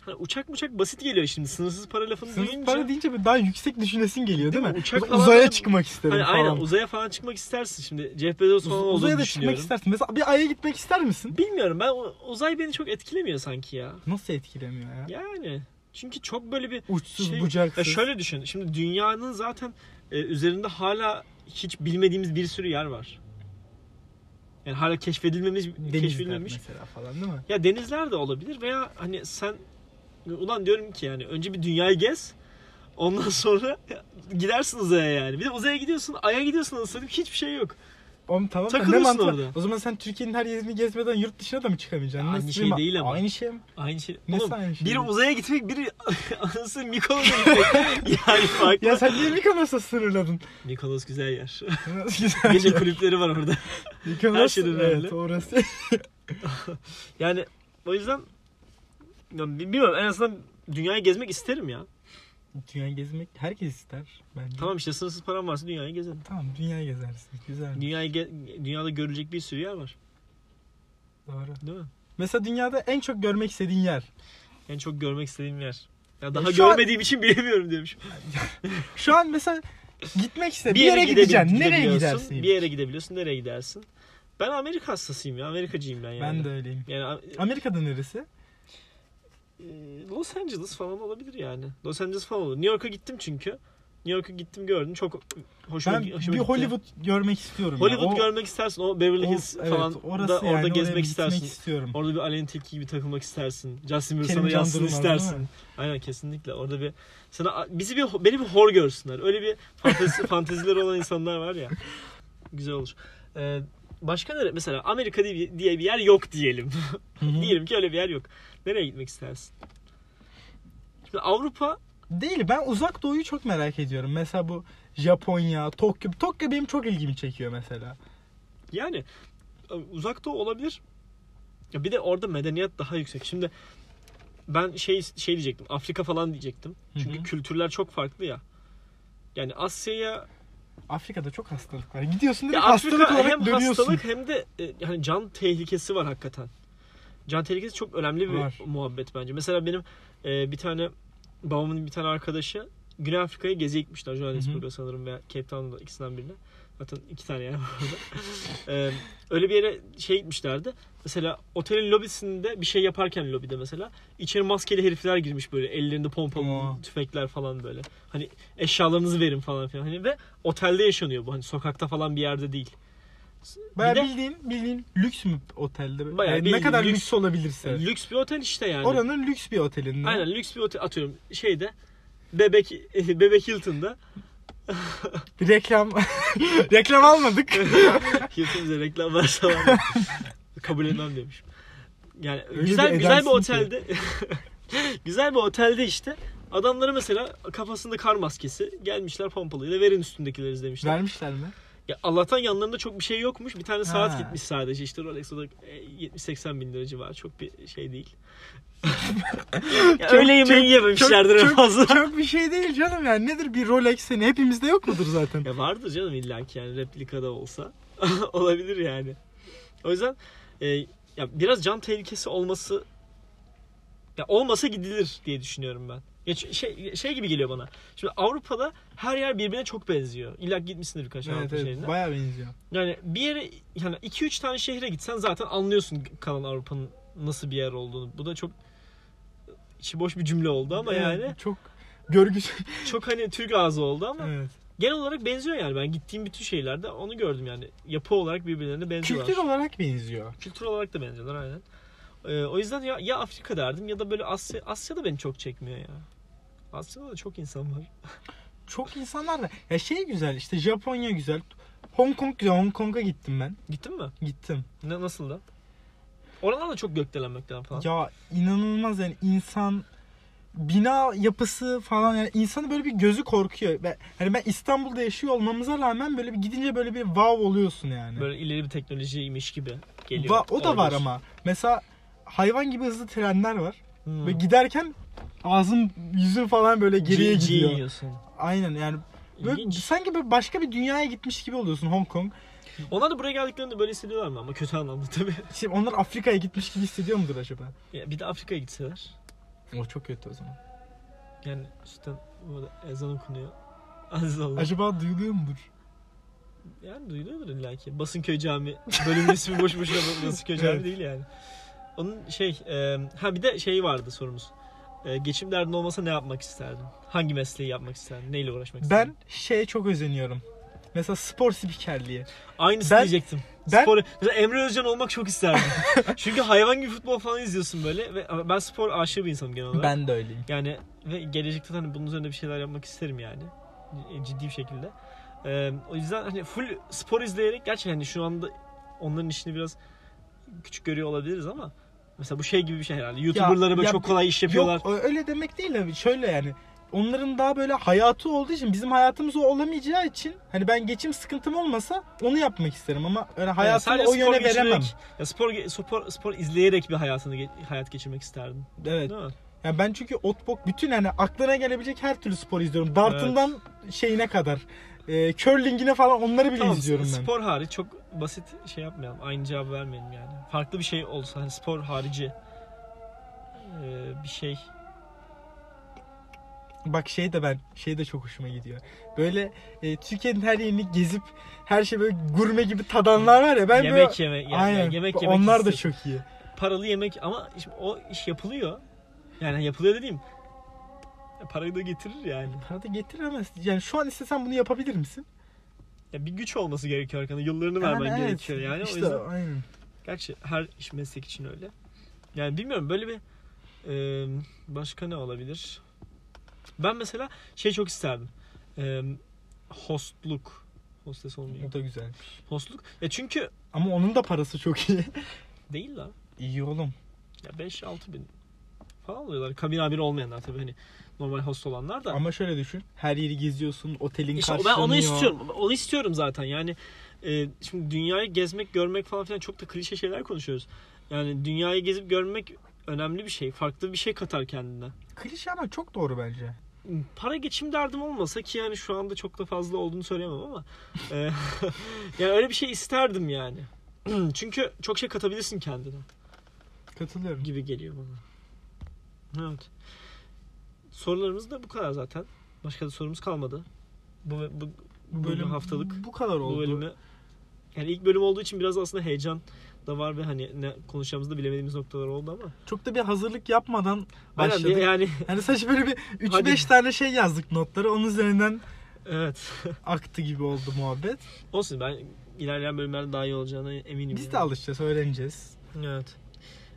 [SPEAKER 1] Hani uçak uçak basit geliyor şimdi. Sınırsız para lafını
[SPEAKER 2] Sınıf
[SPEAKER 1] duyunca.
[SPEAKER 2] para deyince böyle daha yüksek düşünesin geliyor değil,
[SPEAKER 1] Değil mi?
[SPEAKER 2] mi?
[SPEAKER 1] Uçak
[SPEAKER 2] Mesela
[SPEAKER 1] falan
[SPEAKER 2] uzaya
[SPEAKER 1] da-
[SPEAKER 2] çıkmak isterim
[SPEAKER 1] hani
[SPEAKER 2] falan.
[SPEAKER 1] aynen uzaya falan çıkmak istersin şimdi. Jeff Bezos falan
[SPEAKER 2] Uz-
[SPEAKER 1] olduğunu
[SPEAKER 2] uzaya da çıkmak
[SPEAKER 1] düşünüyorum.
[SPEAKER 2] istersin. Mesela bir aya gitmek ister misin?
[SPEAKER 1] Bilmiyorum ben o- uzay beni çok etkilemiyor sanki ya.
[SPEAKER 2] Nasıl etkilemiyor ya?
[SPEAKER 1] Yani çünkü çok böyle bir
[SPEAKER 2] Uçsuz
[SPEAKER 1] şey- ya
[SPEAKER 2] bucaksız.
[SPEAKER 1] şöyle düşün. Şimdi dünyanın zaten e, üzerinde hala hiç bilmediğimiz bir sürü yer var. Yani hala keşfedilmemiş,
[SPEAKER 2] Denizler
[SPEAKER 1] keşfedilmemiş.
[SPEAKER 2] mesela falan değil mi?
[SPEAKER 1] Ya denizler de olabilir veya hani sen ulan diyorum ki yani önce bir dünyayı gez. Ondan <laughs> sonra gidersin uzaya yani. Bir de uzaya gidiyorsun, aya gidiyorsun anasını hiçbir şey yok.
[SPEAKER 2] Oğlum tamam da ne
[SPEAKER 1] Takılırsın
[SPEAKER 2] mantığı?
[SPEAKER 1] orada.
[SPEAKER 2] O zaman sen Türkiye'nin her yerini gezmeden yurt dışına da mı çıkamayacaksın?
[SPEAKER 1] Aynı
[SPEAKER 2] bir
[SPEAKER 1] şey
[SPEAKER 2] ma-
[SPEAKER 1] değil ama.
[SPEAKER 2] Aynı şey mi?
[SPEAKER 1] Aynı şey.
[SPEAKER 2] Nasıl
[SPEAKER 1] Oğlum,
[SPEAKER 2] aynı şey?
[SPEAKER 1] biri uzaya gitmek, biri <laughs> anasını Mikonos'a gitmek. yani farklı.
[SPEAKER 2] Ya sen niye Mikonos'a sınırladın? <laughs>
[SPEAKER 1] Mikonos güzel yer. <laughs>
[SPEAKER 2] Güzel.
[SPEAKER 1] Gece kulüpleri var orada.
[SPEAKER 2] Mikonos,
[SPEAKER 1] şey her şeyden
[SPEAKER 2] evet,
[SPEAKER 1] önemli.
[SPEAKER 2] orası. <laughs>
[SPEAKER 1] Yani o yüzden ya bilmiyorum en azından dünyayı gezmek isterim ya.
[SPEAKER 2] Dünyayı gezmek herkes ister bence.
[SPEAKER 1] Tamam işte sınırsız param varsa dünyayı gezerim.
[SPEAKER 2] Tamam dünyayı gezersin. Güzel.
[SPEAKER 1] Dünyayı ge- dünyada görülecek bir sürü yer var.
[SPEAKER 2] Doğru.
[SPEAKER 1] Değil mi?
[SPEAKER 2] Mesela dünyada en çok görmek istediğin yer.
[SPEAKER 1] En çok görmek istediğim yer. Ya daha
[SPEAKER 2] E, şu
[SPEAKER 1] görmediğim için <laughs> bilemiyorum demişim.
[SPEAKER 2] Şu an mesela gitmek istedin. Bir, yere gideceksin.
[SPEAKER 1] gidebil-
[SPEAKER 2] Nereye
[SPEAKER 1] gidebiliyorsun,
[SPEAKER 2] gidersin?
[SPEAKER 1] Bir yere gidebiliyorsun, nereye gidersin? Ben Amerika hastasıyım ya, Amerikacıyım ben yani.
[SPEAKER 2] Ben de öyleyim.
[SPEAKER 1] Yani
[SPEAKER 2] Amerika'da neresi?
[SPEAKER 1] e, Los Angeles falan olabilir yani. Los Angeles falan olur. New York'a gittim çünkü. New York'a gittim gördüm. Çok hoşuma,
[SPEAKER 2] Ben
[SPEAKER 1] hoşuma
[SPEAKER 2] bir
[SPEAKER 1] gitti.
[SPEAKER 2] Hollywood görmek istiyorum.
[SPEAKER 1] Hollywood
[SPEAKER 2] ya. O-
[SPEAKER 1] görmek istersin. O Beverly
[SPEAKER 2] o-
[SPEAKER 1] Hills
[SPEAKER 2] evet,
[SPEAKER 1] falan
[SPEAKER 2] orası
[SPEAKER 1] da
[SPEAKER 2] yani,
[SPEAKER 1] orada
[SPEAKER 2] oraya
[SPEAKER 1] gezmek
[SPEAKER 2] gitmek
[SPEAKER 1] istersin.
[SPEAKER 2] istiyorum.
[SPEAKER 1] Orada bir Alien Tilki gibi takılmak istersin. Justin Bieber
[SPEAKER 2] Kerim
[SPEAKER 1] sana
[SPEAKER 2] Can
[SPEAKER 1] yazsın
[SPEAKER 2] Durmaz, değil
[SPEAKER 1] istersin.
[SPEAKER 2] mi?
[SPEAKER 1] Aynen kesinlikle. Orada bir sana bizi bir beni bir hor görsünler. Öyle bir
[SPEAKER 2] <laughs>
[SPEAKER 1] fantezi, fantezileri olan insanlar var ya. Güzel olur. Ee, başka nere? Mesela Amerika diye bir, diye bir yer yok diyelim.
[SPEAKER 2] Hı hı.
[SPEAKER 1] diyelim ki öyle bir yer yok. Nereye gitmek istersin? Şimdi Avrupa
[SPEAKER 2] Değil ben uzak doğuyu çok merak ediyorum. Mesela bu Japonya, Tokyo. Tokyo benim çok ilgimi çekiyor mesela.
[SPEAKER 1] Yani e, uzak doğu olabilir. Ya bir de orada medeniyet daha yüksek. Şimdi ben şey şey diyecektim. Afrika falan diyecektim. Çünkü
[SPEAKER 2] Hı hı.
[SPEAKER 1] kültürler çok farklı ya. Yani Asya'ya
[SPEAKER 2] Afrika'da çok hastalık var. Gidiyorsun
[SPEAKER 1] ya
[SPEAKER 2] direkt hastalık
[SPEAKER 1] Afrika
[SPEAKER 2] olarak
[SPEAKER 1] hem
[SPEAKER 2] dönüyorsun.
[SPEAKER 1] hastalık hem de e, yani can tehlikesi var hakikaten. Can tehlikesi çok önemli bir
[SPEAKER 2] Var.
[SPEAKER 1] muhabbet bence. Mesela benim e, bir tane babamın bir tane arkadaşı Güney Afrika'ya geziye gitmişler. Johannesburg'a sanırım veya Cape Town'da ikisinden birine. Zaten iki tane yer var orada. Ee, öyle bir yere şey gitmişlerdi. Mesela otelin lobisinde bir şey yaparken lobide mesela içeri maskeli herifler girmiş böyle ellerinde pompalı
[SPEAKER 2] Aa.
[SPEAKER 1] tüfekler falan böyle. Hani eşyalarınızı verin falan filan. Hani ve otelde yaşanıyor bu. Hani sokakta falan bir yerde değil.
[SPEAKER 2] Bayağı
[SPEAKER 1] Bir de-
[SPEAKER 2] bildiğin, bildiğin lüks mü otelde?
[SPEAKER 1] Bayağı
[SPEAKER 2] Yani ne
[SPEAKER 1] bildiğin
[SPEAKER 2] kadar lüks,
[SPEAKER 1] lüks.
[SPEAKER 2] olabilirse.
[SPEAKER 1] Lüks bir otel işte yani.
[SPEAKER 2] Oranın lüks bir
[SPEAKER 1] <laughs>
[SPEAKER 2] otelinde.
[SPEAKER 1] Aynen lüks bir otel atıyorum şeyde Bebek Bebek Hilton'da
[SPEAKER 2] Bir reklam <laughs> reklam almadık.
[SPEAKER 1] <laughs> Yetimize reklam varsa var. <laughs> kabul etmem demiş. Yani
[SPEAKER 2] Öyle
[SPEAKER 1] güzel
[SPEAKER 2] bir
[SPEAKER 1] güzel bir
[SPEAKER 2] edersin ki.
[SPEAKER 1] otelde <laughs> güzel bir otelde işte adamları mesela kafasında kar maskesi gelmişler pompalıyla verin üstündekileri izlemişler.
[SPEAKER 2] Vermişler mi?
[SPEAKER 1] Ya Allah'tan yanlarında çok bir şey yokmuş. Bir tane saat
[SPEAKER 2] Ha.
[SPEAKER 1] gitmiş sadece. İşte Rolex o da e, 70-80 bin lira civarı. Çok bir şey
[SPEAKER 2] <laughs>
[SPEAKER 1] değil. <laughs> ya
[SPEAKER 2] Çok-
[SPEAKER 1] öyle yemeği
[SPEAKER 2] çok-
[SPEAKER 1] yememişlerdir
[SPEAKER 2] çok-
[SPEAKER 1] en fazla.
[SPEAKER 2] Çok bir şey değil canım yani. Nedir bir Rolex seni? Hepimizde yok mudur zaten?
[SPEAKER 1] Ya vardır canım illaki yani replikada olsa. <laughs> Olabilir yani. O yüzden e, ya biraz can tehlikesi olması ya olmasa gidilir diye düşünüyorum ben. Ya ç- şey, şey gibi geliyor bana. Şimdi Avrupa'da her yer birbirine çok benziyor. İlla ki gitmişsindir birkaç
[SPEAKER 2] evet
[SPEAKER 1] Avrupa şehrine.
[SPEAKER 2] evet baya benziyor.
[SPEAKER 1] Yani bir yere yani 2-3 tane şehre gitsen zaten anlıyorsun kalan Avrupa'nın nasıl bir yer olduğunu. Bu da çok içi boş bir cümle oldu ama
[SPEAKER 2] Evet,
[SPEAKER 1] yani
[SPEAKER 2] Çok görgüsü.
[SPEAKER 1] çok hani Türk ağzı oldu ama
[SPEAKER 2] <laughs> evet.
[SPEAKER 1] genel olarak benziyor yani. Ben gittiğim bütün şehirlerde onu gördüm yani. Yapı olarak birbirlerine benziyorlar.
[SPEAKER 2] Kültür olarak benziyor.
[SPEAKER 1] Kültür olarak da benziyorlar aynen. Ee, o yüzden ya, ya Afrika derdim ya da böyle Asya Asya'da beni çok çekmiyor ya. Asya'da da çok insan var.
[SPEAKER 2] Çok insanlar da ya şey güzel işte Japonya güzel. Hong Kong güzel. Hong Kong'a gittim ben.
[SPEAKER 1] Gittin mi?
[SPEAKER 2] Gittim.
[SPEAKER 1] Ne, nasıl da? Oralar da çok gökdelenmekten falan.
[SPEAKER 2] Ya inanılmaz yani insan bina yapısı falan yani insanı böyle bir gözü korkuyor. Ben, hani ben İstanbul'da yaşıyor olmamıza rağmen böyle bir gidince böyle bir wow oluyorsun yani.
[SPEAKER 1] Böyle ileri bir teknolojiymiş gibi geliyor.
[SPEAKER 2] Va- o da
[SPEAKER 1] Orada
[SPEAKER 2] var
[SPEAKER 1] işte.
[SPEAKER 2] ama. Mesela hayvan gibi hızlı trenler var.
[SPEAKER 1] Hmm.
[SPEAKER 2] Ve giderken ağzın yüzün falan böyle geriye
[SPEAKER 1] G- G
[SPEAKER 2] gidiyor.
[SPEAKER 1] yiyorsun.
[SPEAKER 2] Aynen yani böyle
[SPEAKER 1] İlginç.
[SPEAKER 2] sanki böyle başka bir dünyaya gitmiş gibi oluyorsun Hong Kong.
[SPEAKER 1] Onlar da buraya geldiklerinde böyle hissediyorlar mı ama kötü anlamda tabii. <laughs>
[SPEAKER 2] Şimdi onlar Afrika'ya gitmiş gibi hissediyor mudur acaba?
[SPEAKER 1] Ya bir de Afrika'ya gitseler.
[SPEAKER 2] O çok kötü o zaman.
[SPEAKER 1] Yani üstten burada ezan okunuyor. <laughs> Aziz Allah.
[SPEAKER 2] Acaba duyuluyor mudur?
[SPEAKER 1] Yani duyuluyordur illa ki. Basınköy Camii. Bölümün ismi boş boşuna Bas- Basınköy Camii
[SPEAKER 2] <laughs> Evet.
[SPEAKER 1] değil yani. Onun şey, e, ha bir de şey vardı sorumuz. E, geçim derdin olmasa ne yapmak isterdin? Hangi mesleği yapmak isterdin? Neyle uğraşmak isterdin?
[SPEAKER 2] Ben şeye çok özeniyorum. Mesela spor spikerliği.
[SPEAKER 1] Aynısını
[SPEAKER 2] ben-
[SPEAKER 1] diyecektim.
[SPEAKER 2] ben-
[SPEAKER 1] Spor, mesela Emre Özcan olmak çok isterdim.
[SPEAKER 2] <laughs>
[SPEAKER 1] Çünkü hayvan gibi futbol falan izliyorsun böyle. ve Ben spor aşığı bir insanım genel olarak.
[SPEAKER 2] Ben de öyleyim.
[SPEAKER 1] Yani ve gelecekte de hani bunun üzerine bir şeyler yapmak isterim yani. C- Ciddi bir şekilde. Ee, o yüzden hani full spor izleyerek gerçi hani şu anda onların işini biraz küçük görüyor olabiliriz ama mesela bu şey gibi bir şey herhalde. YouTuber'lara böyle
[SPEAKER 2] ya
[SPEAKER 1] çok
[SPEAKER 2] bi-
[SPEAKER 1] kolay iş yapıyorlar.
[SPEAKER 2] Yok öyle demek değil abi. Şöyle yani onların daha böyle hayatı olduğu için bizim hayatımız o olamayacağı için hani ben geçim sıkıntım olmasa onu yapmak isterim ama öyle hayatımı
[SPEAKER 1] sadece
[SPEAKER 2] o yöne
[SPEAKER 1] spor
[SPEAKER 2] veremem.
[SPEAKER 1] geçirerek- Ya spor, ge- spor spor izleyerek bir hayatını ge- hayat geçirmek isterdim.
[SPEAKER 2] Evet.
[SPEAKER 1] Değil mi?
[SPEAKER 2] Yani ben çünkü otbok bütün hani aklına gelebilecek her türlü spor izliyorum. Dartından şeyine kadar. E, curlingine falan onları bile
[SPEAKER 1] Tamam,
[SPEAKER 2] izliyorum ben.
[SPEAKER 1] spor hariç çok basit şey yapmayalım. Aynı cevabı vermeyelim yani. Farklı bir şey olsa hani spor harici ee, bir şey
[SPEAKER 2] Bak şey de ben şey de çok hoşuma gidiyor. Böyle e, Türkiye'nin her yerini gezip her şey böyle gurme gibi tadanlar var ya ben böyle
[SPEAKER 1] yemek yeme yani
[SPEAKER 2] Aynen.
[SPEAKER 1] yemek
[SPEAKER 2] Bu-
[SPEAKER 1] yemek
[SPEAKER 2] Onlar da
[SPEAKER 1] hissi.
[SPEAKER 2] çok iyi.
[SPEAKER 1] paralı yemek ama şimdi o iş yapılıyor. Yani hani yapılıyor dediğim ya parayı da getirir yani.
[SPEAKER 2] Para da getiremez. Yani şu an istesen bunu yapabilir misin?
[SPEAKER 1] Ya bir güç olması gerekiyor arkanda. Yıllarını vermen
[SPEAKER 2] Yani evet.
[SPEAKER 1] gerekiyor yani.
[SPEAKER 2] İşte
[SPEAKER 1] o yüzden
[SPEAKER 2] aynen.
[SPEAKER 1] gerçi her iş meslek için öyle. Yani bilmiyorum böyle bir e, başka ne olabilir? Ben mesela şey çok isterdim. E, hostluk. Hostes olmuyor.
[SPEAKER 2] O da güzelmiş.
[SPEAKER 1] Hostluk. Ya çünkü
[SPEAKER 2] Ama onun da parası çok iyi. <laughs>
[SPEAKER 1] değil lan.
[SPEAKER 2] iyi oğlum.
[SPEAKER 1] Ya 5-6 bin falan oluyorlar. Kabin amiri olmayanlar tabii hani normal host olanlar da.
[SPEAKER 2] Ama şöyle düşün. Her yeri geziyorsun. Otelin
[SPEAKER 1] İşte ben
[SPEAKER 2] karşılanıyor.
[SPEAKER 1] onu istiyorum. Onu istiyorum zaten. Yani e, şimdi dünyayı gezmek, görmek falan filan çok da klişe şeyler konuşuyoruz. Yani dünyayı gezip görmek önemli bir şey. Farklı bir şey katar kendine.
[SPEAKER 2] Klişe ama çok doğru bence.
[SPEAKER 1] Para geçim derdim olmasa ki yani şu anda çok da fazla olduğunu söyleyemem ama e, <laughs> yani öyle bir şey isterdim yani. <clears throat> Çünkü çok şey katabilirsin kendine
[SPEAKER 2] Katılıyorum.
[SPEAKER 1] gibi geliyor bana. Evet. Sorularımız da bu kadar zaten. Başka da sorumuz kalmadı. Bu, bu, bu bölüm haftalık
[SPEAKER 2] bu kadar oldu.
[SPEAKER 1] bu bölümü. Yani ilk bölüm olduğu için biraz aslında heyecan da var ve hani ne konuşacağımızı da bilemediğimiz noktalar oldu ama.
[SPEAKER 2] Çok da bir hazırlık yapmadan başladık.
[SPEAKER 1] Aynen yani <laughs>
[SPEAKER 2] Yani sadece böyle bir 3-5
[SPEAKER 1] Hadi.
[SPEAKER 2] tane şey yazdık notları. Onun üzerinden
[SPEAKER 1] evet. <laughs>
[SPEAKER 2] aktı gibi oldu muhabbet.
[SPEAKER 1] Olsun ben ilerleyen bölümlerde daha iyi olacağına eminim.
[SPEAKER 2] Biz de
[SPEAKER 1] yani.
[SPEAKER 2] alışacağız, öğreneceğiz.
[SPEAKER 1] Evet.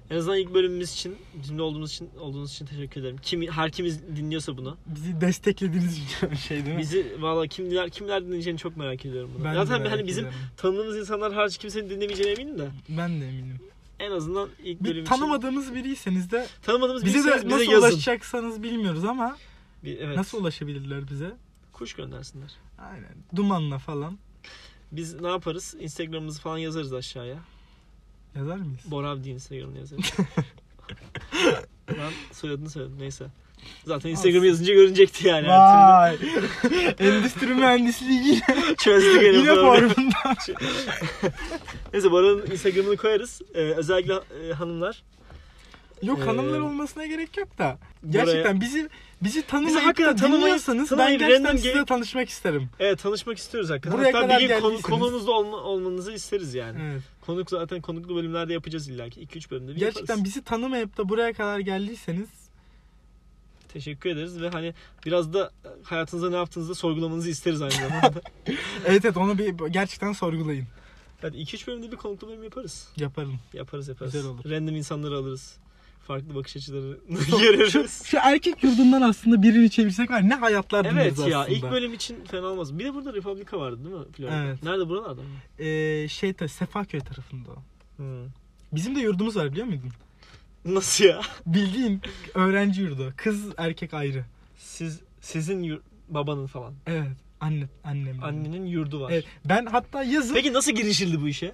[SPEAKER 1] En azından ilk bölümümüz için, bizimle olduğumuz için, olduğunuz için teşekkür ederim. Kim, her kimiz dinliyorsa bunu.
[SPEAKER 2] Bizi desteklediğiniz için <laughs> bir şey değil mi?
[SPEAKER 1] Bizi valla kimler kimler dinleyeceğini çok merak ediyorum bunu.
[SPEAKER 2] Ben de
[SPEAKER 1] Zaten
[SPEAKER 2] merak
[SPEAKER 1] hani bizim
[SPEAKER 2] ediyorum.
[SPEAKER 1] tanıdığımız insanlar hariç kimsenin dinlemeyeceğine eminim de.
[SPEAKER 2] Ben de eminim.
[SPEAKER 1] En azından ilk
[SPEAKER 2] Bir
[SPEAKER 1] bölüm
[SPEAKER 2] tanımadığımız biriyseniz de
[SPEAKER 1] için. Tanımadığımız
[SPEAKER 2] bize de
[SPEAKER 1] birisiniz
[SPEAKER 2] nasıl
[SPEAKER 1] bize yazın.
[SPEAKER 2] ulaşacaksanız bilmiyoruz ama
[SPEAKER 1] Bir- evet.
[SPEAKER 2] nasıl ulaşabilirler bize?
[SPEAKER 1] Kuş göndersinler.
[SPEAKER 2] Aynen. Dumanla falan
[SPEAKER 1] Biz ne yaparız? Instagram'ımızı falan yazarız aşağıya.
[SPEAKER 2] yazar mıyız?
[SPEAKER 1] Bora diye Instagram'ını yazarız.
[SPEAKER 2] <laughs>
[SPEAKER 1] ben soyadını söyledim neyse. Zaten Instagram
[SPEAKER 2] Olsun.
[SPEAKER 1] yazınca görünecekti yani. her
[SPEAKER 2] Vay. <laughs> Endüstri mühendisliği yine,
[SPEAKER 1] <laughs> türlü.
[SPEAKER 2] <laughs>
[SPEAKER 1] Çözdük en
[SPEAKER 2] yine
[SPEAKER 1] azından.
[SPEAKER 2] formunda.
[SPEAKER 1] <laughs> Neyse Bora'nın Instagram'ını koyarız. Ee, özellikle e, hanımlar.
[SPEAKER 2] Yok
[SPEAKER 1] Ee,
[SPEAKER 2] hanımlar olmasına gerek yok da. Gerçekten
[SPEAKER 1] Buraya-
[SPEAKER 2] bizi bizi
[SPEAKER 1] Bizi
[SPEAKER 2] tanımayıp da
[SPEAKER 1] hakikaten tanımayıp-
[SPEAKER 2] dinliyorsanız
[SPEAKER 1] tanımayıp
[SPEAKER 2] ben gerçekten
[SPEAKER 1] random
[SPEAKER 2] sizinle
[SPEAKER 1] gelip-
[SPEAKER 2] tanışmak isterim.
[SPEAKER 1] Evet tanışmak istiyoruz hakikaten.
[SPEAKER 2] Buraya
[SPEAKER 1] Hatta
[SPEAKER 2] kadar
[SPEAKER 1] bir gün konu,
[SPEAKER 2] geldiyseniz.
[SPEAKER 1] konuğumuzda olma- olmanızı isteriz yani.
[SPEAKER 2] Evet.
[SPEAKER 1] Konuk zaten konuklu bölümlerde yapacağız illaki. 2-3 bölümde bir
[SPEAKER 2] Gerçekten
[SPEAKER 1] yaparız.
[SPEAKER 2] bizi tanımayıp da buraya kadar geldiyseniz
[SPEAKER 1] Teşekkür ederiz ve hani biraz da hayatınızda ne yaptığınızı sorgulamanızı isteriz aynı
[SPEAKER 2] <laughs>
[SPEAKER 1] zamanda.
[SPEAKER 2] evet evet onu bir gerçekten sorgulayın.
[SPEAKER 1] Hadi 2-3 bölümde bir konuklu bölüm yaparız.
[SPEAKER 2] Yaparım.
[SPEAKER 1] Yaparız yaparız.
[SPEAKER 2] Güzel olur.
[SPEAKER 1] Random insanları alırız. Farklı bakış
[SPEAKER 2] <laughs>
[SPEAKER 1] açıları <laughs> görürüz.
[SPEAKER 2] Şu erkek yurdundan aslında birini çevirsek var. Ne hayatlar
[SPEAKER 1] Evet
[SPEAKER 2] dinliyoruz
[SPEAKER 1] ya
[SPEAKER 2] aslında.
[SPEAKER 1] ilk bölüm için fena olmaz. Bir de burada Republika vardı değil mi? Florida.
[SPEAKER 2] Evet.
[SPEAKER 1] Nerede buralarda mı?
[SPEAKER 2] Ee, şey ta Sefaköy tarafında o. Hmm. Bizim de yurdumuz var biliyor muydun? <laughs>
[SPEAKER 1] Nasıl ya?
[SPEAKER 2] Bildiğin öğrenci yurdu. Kız erkek ayrı.
[SPEAKER 1] Siz sizin yur- babanın falan.
[SPEAKER 2] Evet. Anne, annem.
[SPEAKER 1] Hmm. Annenin yurdu var.
[SPEAKER 2] Evet. Ben hatta yazın
[SPEAKER 1] Peki nasıl girişildi bu işe?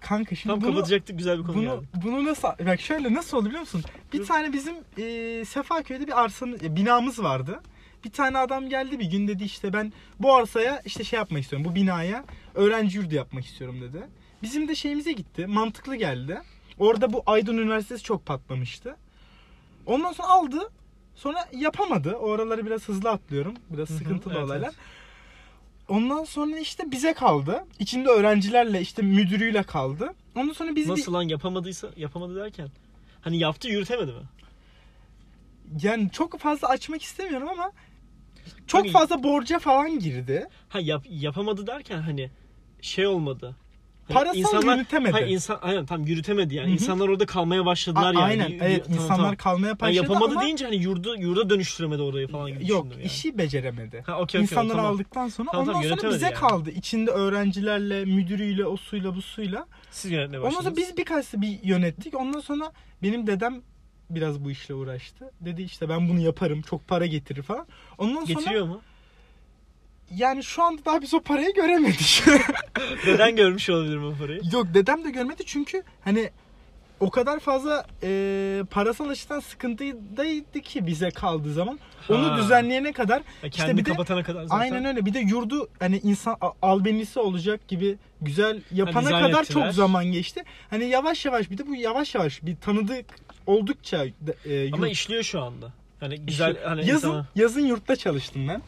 [SPEAKER 2] kanka şimdi
[SPEAKER 1] Tam
[SPEAKER 2] bunu,
[SPEAKER 1] kapatacaktık güzel bir konu
[SPEAKER 2] bunu,
[SPEAKER 1] geldi.
[SPEAKER 2] bunu nasıl bak şöyle nasıl oldu biliyor musun? Bir
[SPEAKER 1] Dur.
[SPEAKER 2] tane bizim e, Sefaköy'de bir arsanın ya, binamız vardı. Bir tane adam geldi bir gün dedi işte ben bu arsaya işte şey yapmak istiyorum. Bu binaya öğrenci yurdu yapmak istiyorum dedi. Bizim de şeyimize gitti. Mantıklı geldi. Orada bu Aydın Üniversitesi çok patlamıştı. Ondan sonra aldı. Sonra yapamadı. O araları biraz hızlı atlıyorum. Biraz
[SPEAKER 1] Hı hı,
[SPEAKER 2] sıkıntılı
[SPEAKER 1] evet,
[SPEAKER 2] olaylar.
[SPEAKER 1] evet.
[SPEAKER 2] Ondan sonra işte bize kaldı. İçinde öğrencilerle işte müdürüyle kaldı. Ondan sonra biz bir-
[SPEAKER 1] Nasıl lan yapamadıysa yapamadı derken. Hani yaptı yürütemedi mi?
[SPEAKER 2] yani çok fazla açmak istemiyorum ama çok
[SPEAKER 1] Hani-
[SPEAKER 2] fazla borca falan girdi.
[SPEAKER 1] Ha yap, yapamadı derken hani şey olmadı. Hani
[SPEAKER 2] Parasal yürütemedi.
[SPEAKER 1] Ha, insan, aynen tam yürütemedi yani.
[SPEAKER 2] Hı hı.
[SPEAKER 1] İnsanlar orada kalmaya
[SPEAKER 2] A-
[SPEAKER 1] başladılar yani.
[SPEAKER 2] aynen
[SPEAKER 1] Y- y-
[SPEAKER 2] evet
[SPEAKER 1] tamam,
[SPEAKER 2] insanlar
[SPEAKER 1] tamam.
[SPEAKER 2] kalmaya
[SPEAKER 1] Ha,
[SPEAKER 2] başladı
[SPEAKER 1] yapamadı
[SPEAKER 2] ama
[SPEAKER 1] deyince hani yurdu yurda dönüştüremedi orayı falan gibi
[SPEAKER 2] yok
[SPEAKER 1] düşündüm yani.
[SPEAKER 2] işi beceremedi.
[SPEAKER 1] Ha, okey, okey,
[SPEAKER 2] İnsanları
[SPEAKER 1] tamam.
[SPEAKER 2] aldıktan sonra
[SPEAKER 1] Tamam,
[SPEAKER 2] ondan
[SPEAKER 1] tamam,
[SPEAKER 2] sonra
[SPEAKER 1] yönetemedi
[SPEAKER 2] bize
[SPEAKER 1] yani.
[SPEAKER 2] kaldı. İçinde öğrencilerle, müdürüyle, o suyla, bu suyla.
[SPEAKER 1] Siz yönetmeye
[SPEAKER 2] Ondan
[SPEAKER 1] başladınız.
[SPEAKER 2] sonra biz birkaç bir yönettik. Ondan sonra benim dedem biraz bu işle uğraştı. Dedi işte ben bunu yaparım, çok para getirir falan. Ondan sonra
[SPEAKER 1] Getiriyor mu?
[SPEAKER 2] yani şu anda daha biz o parayı göremedik. <laughs>
[SPEAKER 1] Neden görmüş olabilirim o parayı?
[SPEAKER 2] Yok dedem de görmedi çünkü hani o kadar fazla e, parasal açıdan sıkıntıdaydı ki bize kaldığı zaman. Onu
[SPEAKER 1] Ha.
[SPEAKER 2] düzenleyene kadar
[SPEAKER 1] Ya
[SPEAKER 2] İşte
[SPEAKER 1] kendini
[SPEAKER 2] bir de-
[SPEAKER 1] kapatana kadar zaten.
[SPEAKER 2] aynen öyle bir de yurdu hani insan a- albenisi olacak gibi güzel yapana
[SPEAKER 1] dizayn
[SPEAKER 2] kadar
[SPEAKER 1] ettiler.
[SPEAKER 2] çok zaman geçti. Hani yavaş yavaş bir de bu yavaş yavaş bir tanıdık oldukça de- e, yurt-
[SPEAKER 1] Ama işliyor şu anda. Yani güzel
[SPEAKER 2] işi-
[SPEAKER 1] hani
[SPEAKER 2] yazın
[SPEAKER 1] insana- <laughs>
[SPEAKER 2] yazın yurtta çalıştım ben.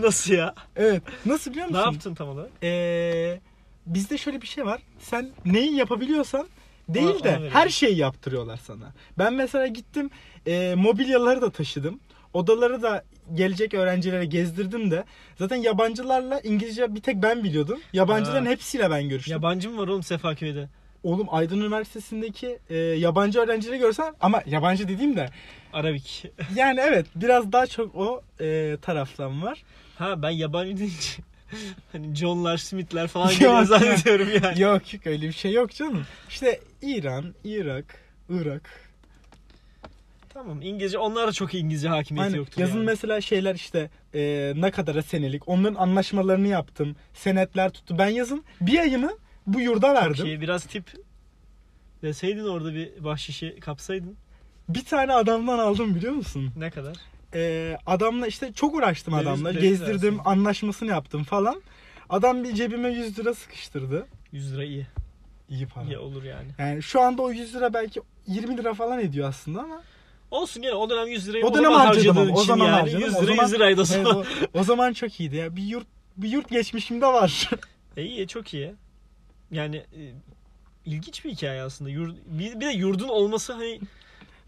[SPEAKER 1] Nasıl ya?
[SPEAKER 2] Evet. Nasıl biliyor
[SPEAKER 1] Ne
[SPEAKER 2] musun?
[SPEAKER 1] yaptın tam olarak?
[SPEAKER 2] Ee, bizde şöyle bir şey var. Sen neyi yapabiliyorsan değil
[SPEAKER 1] Ona- ona
[SPEAKER 2] de
[SPEAKER 1] veriyor.
[SPEAKER 2] her şeyi yaptırıyorlar sana. Ben mesela gittim e, mobilyaları da taşıdım. Odaları da gelecek öğrencilere gezdirdim de. Zaten yabancılarla İngilizce bir tek ben biliyordum. Yabancıların
[SPEAKER 1] Ha.
[SPEAKER 2] hepsiyle ben görüştüm.
[SPEAKER 1] Yabancı mı var oğlum Sefaköy'de?
[SPEAKER 2] Oğlum Aydın Üniversitesi'ndeki e, yabancı öğrencileri görsen ama yabancı dediğim de
[SPEAKER 1] Arabik.
[SPEAKER 2] yani evet biraz daha çok o e, taraftan var.
[SPEAKER 1] Ha ben yabancı deyince <laughs> hani John'lar, Smith'ler
[SPEAKER 2] <laughs>
[SPEAKER 1] falan
[SPEAKER 2] Yok
[SPEAKER 1] geliyor
[SPEAKER 2] ya.
[SPEAKER 1] zannediyorum yani.
[SPEAKER 2] yok yok öyle bir şey yok canım. İşte İran, Irak, Irak
[SPEAKER 1] Tamam İngilizce onlar da çok İngilizce hakimiyeti
[SPEAKER 2] Aynen.
[SPEAKER 1] yoktur
[SPEAKER 2] Yazın
[SPEAKER 1] yani.
[SPEAKER 2] mesela şeyler işte e, ne kadara senelik onların anlaşmalarını yaptım. Senetler tuttu. Ben yazın bir ayını bu yurda verdim.
[SPEAKER 1] Ki Şey, biraz tip deseydin orada bir bahşişi kapsaydın
[SPEAKER 2] Bir tane adamdan aldım biliyor musun?
[SPEAKER 1] ne kadar?
[SPEAKER 2] E, adamla işte çok uğraştım
[SPEAKER 1] Deniz-
[SPEAKER 2] adamla.
[SPEAKER 1] deniz
[SPEAKER 2] Gezdirdim,
[SPEAKER 1] dersi.
[SPEAKER 2] anlaşmasını yaptım falan. Adam bir cebime 100 lira sıkıştırdı.
[SPEAKER 1] 100 lira iyi.
[SPEAKER 2] İyi para.
[SPEAKER 1] İyi olur yani.
[SPEAKER 2] Yani şu anda o 100 lira belki 20 lira falan ediyor aslında ama
[SPEAKER 1] Olsun gene o dönem 100 lirayı
[SPEAKER 2] O
[SPEAKER 1] E, o,
[SPEAKER 2] dönem
[SPEAKER 1] zaman
[SPEAKER 2] harcadım
[SPEAKER 1] harcadığın
[SPEAKER 2] ama, o
[SPEAKER 1] için
[SPEAKER 2] zaman
[SPEAKER 1] yani.
[SPEAKER 2] harcadım,
[SPEAKER 1] 100
[SPEAKER 2] o
[SPEAKER 1] lira
[SPEAKER 2] zaman-
[SPEAKER 1] 100 liraydı o
[SPEAKER 2] evet,
[SPEAKER 1] zaman.
[SPEAKER 2] o, o zaman çok iyiydi ya. Bir yurt bir yurt geçmişimde var.
[SPEAKER 1] <laughs>
[SPEAKER 2] <laughs>
[SPEAKER 1] E, iyi çok iyi. Yani e, ilginç bir hikaye aslında. Yur- bir, bir de yurdun olması hani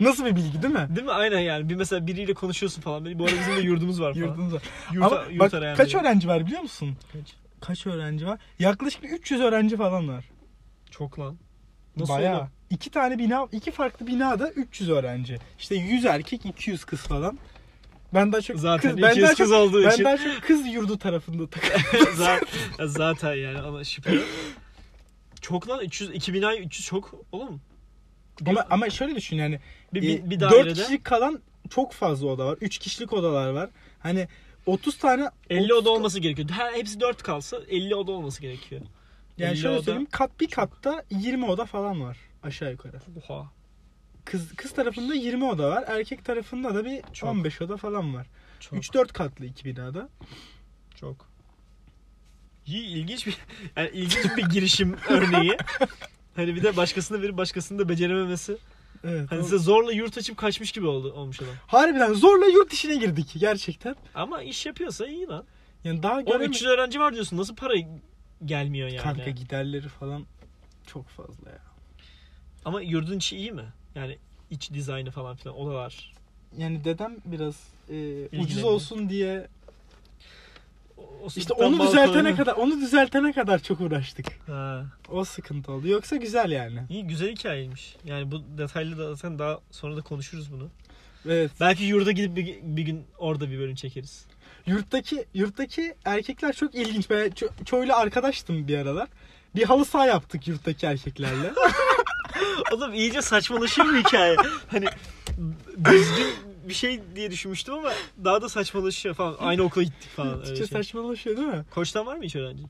[SPEAKER 2] Nasıl bir bilgi değil mi?
[SPEAKER 1] değil mi? Aynen yani. Bir mesela biriyle konuşuyorsun falan. Bu arada bizim de yurdumuz var falan.
[SPEAKER 2] Yurdunuz var.
[SPEAKER 1] Yurt,
[SPEAKER 2] Ama bak kaç öğrenci var biliyor musun?
[SPEAKER 1] Kaç?
[SPEAKER 2] Kaç öğrenci var? Yaklaşık bir 300 öğrenci falan var.
[SPEAKER 1] Çok lan.
[SPEAKER 2] Bayağı. <laughs>
[SPEAKER 1] oğlum? <laughs>
[SPEAKER 2] iki tane bina, iki farklı binada 300 öğrenci. İşte 100 erkek, 200 kız falan. Ben daha çok
[SPEAKER 1] Zaten
[SPEAKER 2] kız, ben daha
[SPEAKER 1] 200
[SPEAKER 2] çok,
[SPEAKER 1] kız olduğu
[SPEAKER 2] ben
[SPEAKER 1] için.
[SPEAKER 2] daha çok kız yurdu tarafında takılıyorum.
[SPEAKER 1] zaten, zaten yani ama şüphe yok. Çok lan 300, 2000 ay 300 çok oğlum. Bir,
[SPEAKER 2] ama, ama şöyle düşün yani
[SPEAKER 1] bir, bir, bir
[SPEAKER 2] 4
[SPEAKER 1] dairede
[SPEAKER 2] kişilik kalan çok fazla oda var. 3 kişilik odalar var. Hani 30 tane
[SPEAKER 1] 50 oda olması gerekiyor. Her, hepsi 4 kalsa 50 oda olması gerekiyor.
[SPEAKER 2] yani
[SPEAKER 1] 50
[SPEAKER 2] şöyle
[SPEAKER 1] oda-
[SPEAKER 2] söyleyeyim kat bir katta 20 oda falan var aşağı yukarı.
[SPEAKER 1] Oha.
[SPEAKER 2] Kız kız tarafında 20 oda var. Erkek tarafında da bir
[SPEAKER 1] Çok.
[SPEAKER 2] 15 oda falan var.
[SPEAKER 1] Çok
[SPEAKER 2] 3-4 katlı iki binada.
[SPEAKER 1] çok. İyi ilginç bir <laughs> yani ilginç bir girişim örneği. Hani bir de başkasını verip başkasını da becerememesi.
[SPEAKER 2] Evet.
[SPEAKER 1] Hani
[SPEAKER 2] o-
[SPEAKER 1] size zorla yurt açıp kaçmış gibi oldu olmuş adam.
[SPEAKER 2] Harbiden zorla yurt işine girdik gerçekten.
[SPEAKER 1] Ama iş yapıyorsa iyi lan.
[SPEAKER 2] Yani daha
[SPEAKER 1] Oğlum
[SPEAKER 2] göremiyorum.
[SPEAKER 1] 300 öğrenci var diyorsun. Nasıl para gelmiyor yani?
[SPEAKER 2] Kanka giderleri falan çok fazla ya.
[SPEAKER 1] Ama yurdun içi iyi mi? Yani iç dizaynı falan filan odalar.
[SPEAKER 2] Yani dedem biraz e, ucuz
[SPEAKER 1] İlgileniyor.
[SPEAKER 2] olsun diye
[SPEAKER 1] O, o
[SPEAKER 2] işte
[SPEAKER 1] sırttan
[SPEAKER 2] onu
[SPEAKER 1] balkona-
[SPEAKER 2] düzeltene kadar onu düzeltene kadar çok uğraştık.
[SPEAKER 1] Ha.
[SPEAKER 2] O sıkıntı oldu. Yoksa güzel yani.
[SPEAKER 1] İyi güzel hikayeymiş. Yani bu detaylı da zaten daha sonra da konuşuruz bunu.
[SPEAKER 2] Evet.
[SPEAKER 1] Belki yurda gidip bir, bir gün orada bir bölüm çekeriz.
[SPEAKER 2] Yurttaki yurttaki erkekler çok ilginç. Ben ço- çoğuyla arkadaştım bir aralar. Bir halı saha yaptık yurttaki erkeklerle.
[SPEAKER 1] <laughs> Oğlum iyice saçmalaşıyor bu hikaye. Hani düzgün bir şey diye düşünmüştüm ama daha da saçmalaşıyor falan. Aynı okula gittik <laughs> falan. öyle
[SPEAKER 2] Türkçe
[SPEAKER 1] şey.
[SPEAKER 2] saçmalaşıyor değil mi?
[SPEAKER 1] Koçtan var mı hiç öğrenci?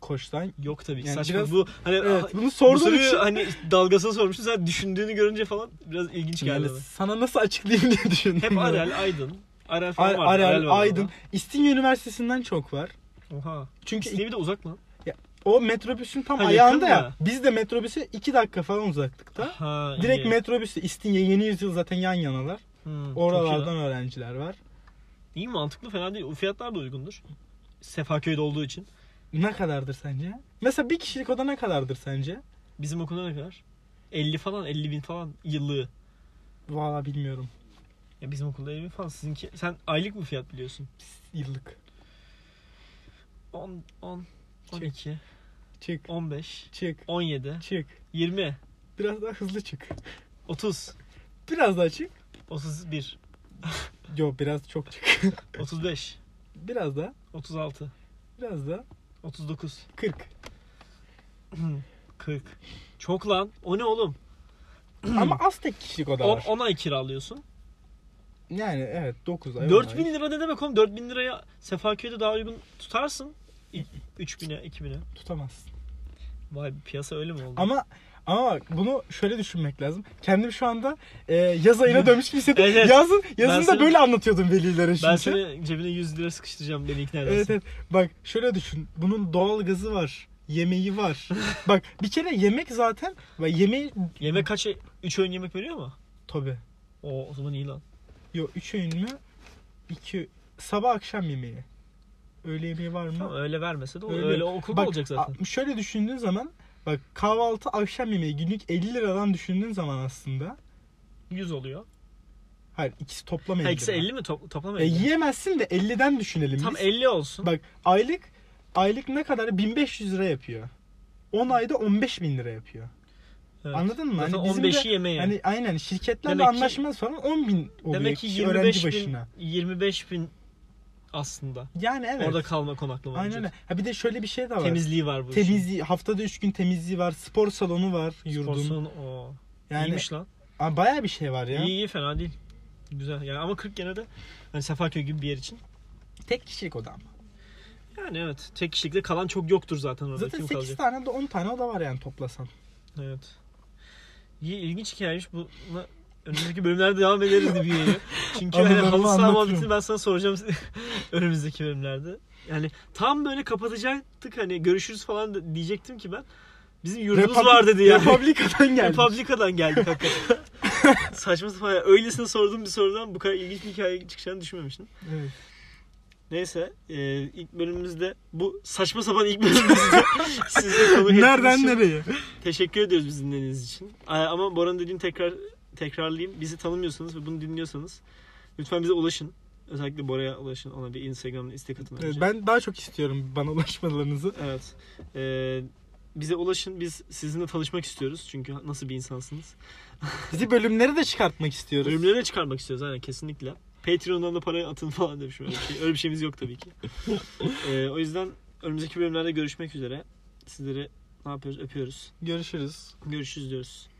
[SPEAKER 2] Koçtan.
[SPEAKER 1] Yok tabii.
[SPEAKER 2] Yani
[SPEAKER 1] Saçma
[SPEAKER 2] biraz-
[SPEAKER 1] bu. Hani
[SPEAKER 2] Evet. Bunu
[SPEAKER 1] bu
[SPEAKER 2] sorduğun
[SPEAKER 1] soruyu
[SPEAKER 2] için
[SPEAKER 1] hani dalgasını sormuştum. Sen düşündüğünü görünce falan biraz ilginç geldi.
[SPEAKER 2] yani
[SPEAKER 1] bana.
[SPEAKER 2] sana nasıl açıklayayım diye düşündüm.
[SPEAKER 1] Hep
[SPEAKER 2] <laughs>
[SPEAKER 1] Arel, Aydın. Arel falan
[SPEAKER 2] Ar-
[SPEAKER 1] vardı.
[SPEAKER 2] Arel,
[SPEAKER 1] vardı
[SPEAKER 2] Aydın. İstinye Üniversitesi'nden çok var.
[SPEAKER 1] orada. Oha.
[SPEAKER 2] Çünkü
[SPEAKER 1] İstemi de uzak lan.
[SPEAKER 2] o metrobüsün tam
[SPEAKER 1] Ha,
[SPEAKER 2] ayağında
[SPEAKER 1] yakın
[SPEAKER 2] ya.
[SPEAKER 1] mı?
[SPEAKER 2] Biz de metrobüse 2 dakika falan uzaklıkta.
[SPEAKER 1] Ha,
[SPEAKER 2] Direkt
[SPEAKER 1] Ah, iyi.
[SPEAKER 2] metrobüsü İstinye Yeni Yüzyıl zaten yan yanalar.
[SPEAKER 1] Hmm, çok iyi
[SPEAKER 2] Oralardan
[SPEAKER 1] lan.
[SPEAKER 2] öğrenciler var.
[SPEAKER 1] İyi mantıklı fena değil. O fiyatlar da uygundur. Sefaköy'de olduğu için.
[SPEAKER 2] Ne kadardır sence? Mesela bir kişilik oda ne kadardır sence?
[SPEAKER 1] Bizim okulda ne kadar? 50 falan 50 bin falan yıllığı.
[SPEAKER 2] Valla bilmiyorum.
[SPEAKER 1] Ya bizim okulda 50 bin falan. Sizinki sen aylık mı fiyat biliyorsun?
[SPEAKER 2] Yıllık.
[SPEAKER 1] 10 10 12
[SPEAKER 2] Çık.
[SPEAKER 1] 15
[SPEAKER 2] Çık.
[SPEAKER 1] 17
[SPEAKER 2] Çık.
[SPEAKER 1] 20
[SPEAKER 2] Biraz daha hızlı çık.
[SPEAKER 1] 30
[SPEAKER 2] Biraz daha çık.
[SPEAKER 1] 31
[SPEAKER 2] Yo biraz çok çık. <laughs>
[SPEAKER 1] 35
[SPEAKER 2] biraz daha.
[SPEAKER 1] 36
[SPEAKER 2] Biraz daha.
[SPEAKER 1] 39 <clears throat>
[SPEAKER 2] 40.
[SPEAKER 1] 40 Çok lan. O ne oğlum?
[SPEAKER 2] Ama az tek kişilik oda
[SPEAKER 1] 10,
[SPEAKER 2] var.
[SPEAKER 1] ay kiralıyorsun.
[SPEAKER 2] Yani evet 9 ay.
[SPEAKER 1] 4000 lira ne demek oğlum? 4000 liraya Sefaköy'de daha uygun tutarsın. 3000'e 2000'e.
[SPEAKER 2] tutamazsın.
[SPEAKER 1] Vay piyasa öyle mi oldu?
[SPEAKER 2] Ama ama bak bunu şöyle düşünmek lazım. Kendim şu anda e, yaz
[SPEAKER 1] <laughs>
[SPEAKER 2] ayına dönmüş gibi hissediyorum.
[SPEAKER 1] Evet.
[SPEAKER 2] Yazın, yazın
[SPEAKER 1] Ben
[SPEAKER 2] da
[SPEAKER 1] seni-
[SPEAKER 2] böyle anlatıyordum velilere şimdi.
[SPEAKER 1] ben seni cebine 100 lira sıkıştıracağım beni ikna
[SPEAKER 2] Evet
[SPEAKER 1] edersin.
[SPEAKER 2] evet. Bak şöyle düşün. Bunun doğal gazı var.
[SPEAKER 1] <laughs>
[SPEAKER 2] Yemeği var. Bak bir kere yemek zaten. Bak yemeği
[SPEAKER 1] Yemek kaç 3 öğün yemek veriyor mu?
[SPEAKER 2] tabi.
[SPEAKER 1] O, o zaman iyi lan.
[SPEAKER 2] Yo 3 öğün mü? 2 sabah akşam yemeği. Öğle yemeği var mı?
[SPEAKER 1] Tamam öyle vermese de o-
[SPEAKER 2] Öyle.
[SPEAKER 1] öyle, okulda
[SPEAKER 2] Bak,
[SPEAKER 1] olacak zaten.
[SPEAKER 2] a- şöyle düşündüğün zaman bak kahvaltı akşam yemeği günlük 50 liradan düşündüğün zaman aslında
[SPEAKER 1] 100 oluyor.
[SPEAKER 2] hayır ikisi toplam 50.
[SPEAKER 1] Ha, ikisi
[SPEAKER 2] lira.
[SPEAKER 1] 50 mi toplam toplam
[SPEAKER 2] E,
[SPEAKER 1] 50?
[SPEAKER 2] yiyemezsin de 50'den düşünelim
[SPEAKER 1] Tam
[SPEAKER 2] biz.
[SPEAKER 1] 50 olsun.
[SPEAKER 2] Bak aylık aylık ne kadar? 1500 lira yapıyor. 10 ayda 15 bin lira yapıyor.
[SPEAKER 1] Evet.
[SPEAKER 2] Anladın mı?
[SPEAKER 1] Zaten
[SPEAKER 2] Hani bizim de-
[SPEAKER 1] 15'i yemeğe.
[SPEAKER 2] Hani aynen şirketlerle
[SPEAKER 1] Demek ki-
[SPEAKER 2] anlaşmaz falan 10 bin oluyor
[SPEAKER 1] Demek ki
[SPEAKER 2] kişi öğrenci
[SPEAKER 1] 25 bin,
[SPEAKER 2] başına.
[SPEAKER 1] 25 bin aslında.
[SPEAKER 2] Yani evet.
[SPEAKER 1] Orada kalma konaklama.
[SPEAKER 2] aynen öyle.
[SPEAKER 1] ücreti.
[SPEAKER 2] Ha bir de şöyle bir şey de var.
[SPEAKER 1] Temizliği var bu işin.
[SPEAKER 2] Temizliği, haftada 3 gün temizliği var, spor salonu var yurdun.
[SPEAKER 1] Porsiyon o.
[SPEAKER 2] yani
[SPEAKER 1] İyiymiş lan.
[SPEAKER 2] Aa, bayağı bir şey var ya.
[SPEAKER 1] İyi iyi fena değil. Güzel. Yani ama 40 gene de hani Sefaköy gibi bir yer için.
[SPEAKER 2] Tek kişilik oda ama.
[SPEAKER 1] Yani evet. Tek kişilikte kalan çok yoktur zaten orada.
[SPEAKER 2] Zaten
[SPEAKER 1] Kim
[SPEAKER 2] 8
[SPEAKER 1] kalacak?
[SPEAKER 2] tane de 10 tane oda var yani toplasan.
[SPEAKER 1] Evet. İyi ilginç hikayeymiş. Buna önümüzdeki bölümlerde devam ederiz gibi
[SPEAKER 2] <laughs>
[SPEAKER 1] geliyor. Çünkü hani
[SPEAKER 2] Anılarımı
[SPEAKER 1] halı saha
[SPEAKER 2] anlatıyorum.
[SPEAKER 1] muhabbetini ben sana soracağım <laughs> önümüzdeki bölümlerde. Yani tam böyle kapatacaktık hani görüşürüz falan da diyecektim ki ben. Bizim yurdumuz
[SPEAKER 2] Republic-
[SPEAKER 1] var dedi yani. <laughs>
[SPEAKER 2] Republika'dan geldi.
[SPEAKER 1] Republika'dan geldik hakikaten.
[SPEAKER 2] <laughs>
[SPEAKER 1] Saçma sapan. ya. Öylesine sorduğum bir sorudan bu kadar ilginç bir hikaye çıkacağını düşünmemiştim.
[SPEAKER 2] Evet.
[SPEAKER 1] Neyse e, ilk bölümümüzde bu saçma sapan ilk
[SPEAKER 2] <laughs>
[SPEAKER 1] bölümümüzde size konuk ettiğiniz
[SPEAKER 2] Nereden
[SPEAKER 1] için
[SPEAKER 2] nereye?
[SPEAKER 1] teşekkür ediyoruz bizi dinlediğiniz için. A- Ama Boran'ın dediğini tekrar tekrarlayayım. Bizi tanımıyorsanız ve bunu dinliyorsanız lütfen bize ulaşın. Özellikle Bora'ya ulaşın. Ona bir Instagram'dan istek atın.
[SPEAKER 2] Evet,
[SPEAKER 1] önce.
[SPEAKER 2] Ben daha çok istiyorum bana ulaşmalarınızı.
[SPEAKER 1] Evet. E, Bize ulaşın. Biz sizinle tanışmak istiyoruz. Çünkü nasıl bir insansınız.
[SPEAKER 2] Bizi bölümleri de çıkartmak istiyoruz.
[SPEAKER 1] Bölümleri de çıkarmak istiyoruz aynen kesinlikle. Patreon'dan da para atın falan demişim. Öyle bir, şey. Öyle bir şeyimiz yok tabii ki. Ee, o yüzden önümüzdeki bölümlerde görüşmek üzere. Sizleri ne yapıyoruz? Öpüyoruz.
[SPEAKER 2] Görüşürüz.
[SPEAKER 1] Görüşürüz diyoruz.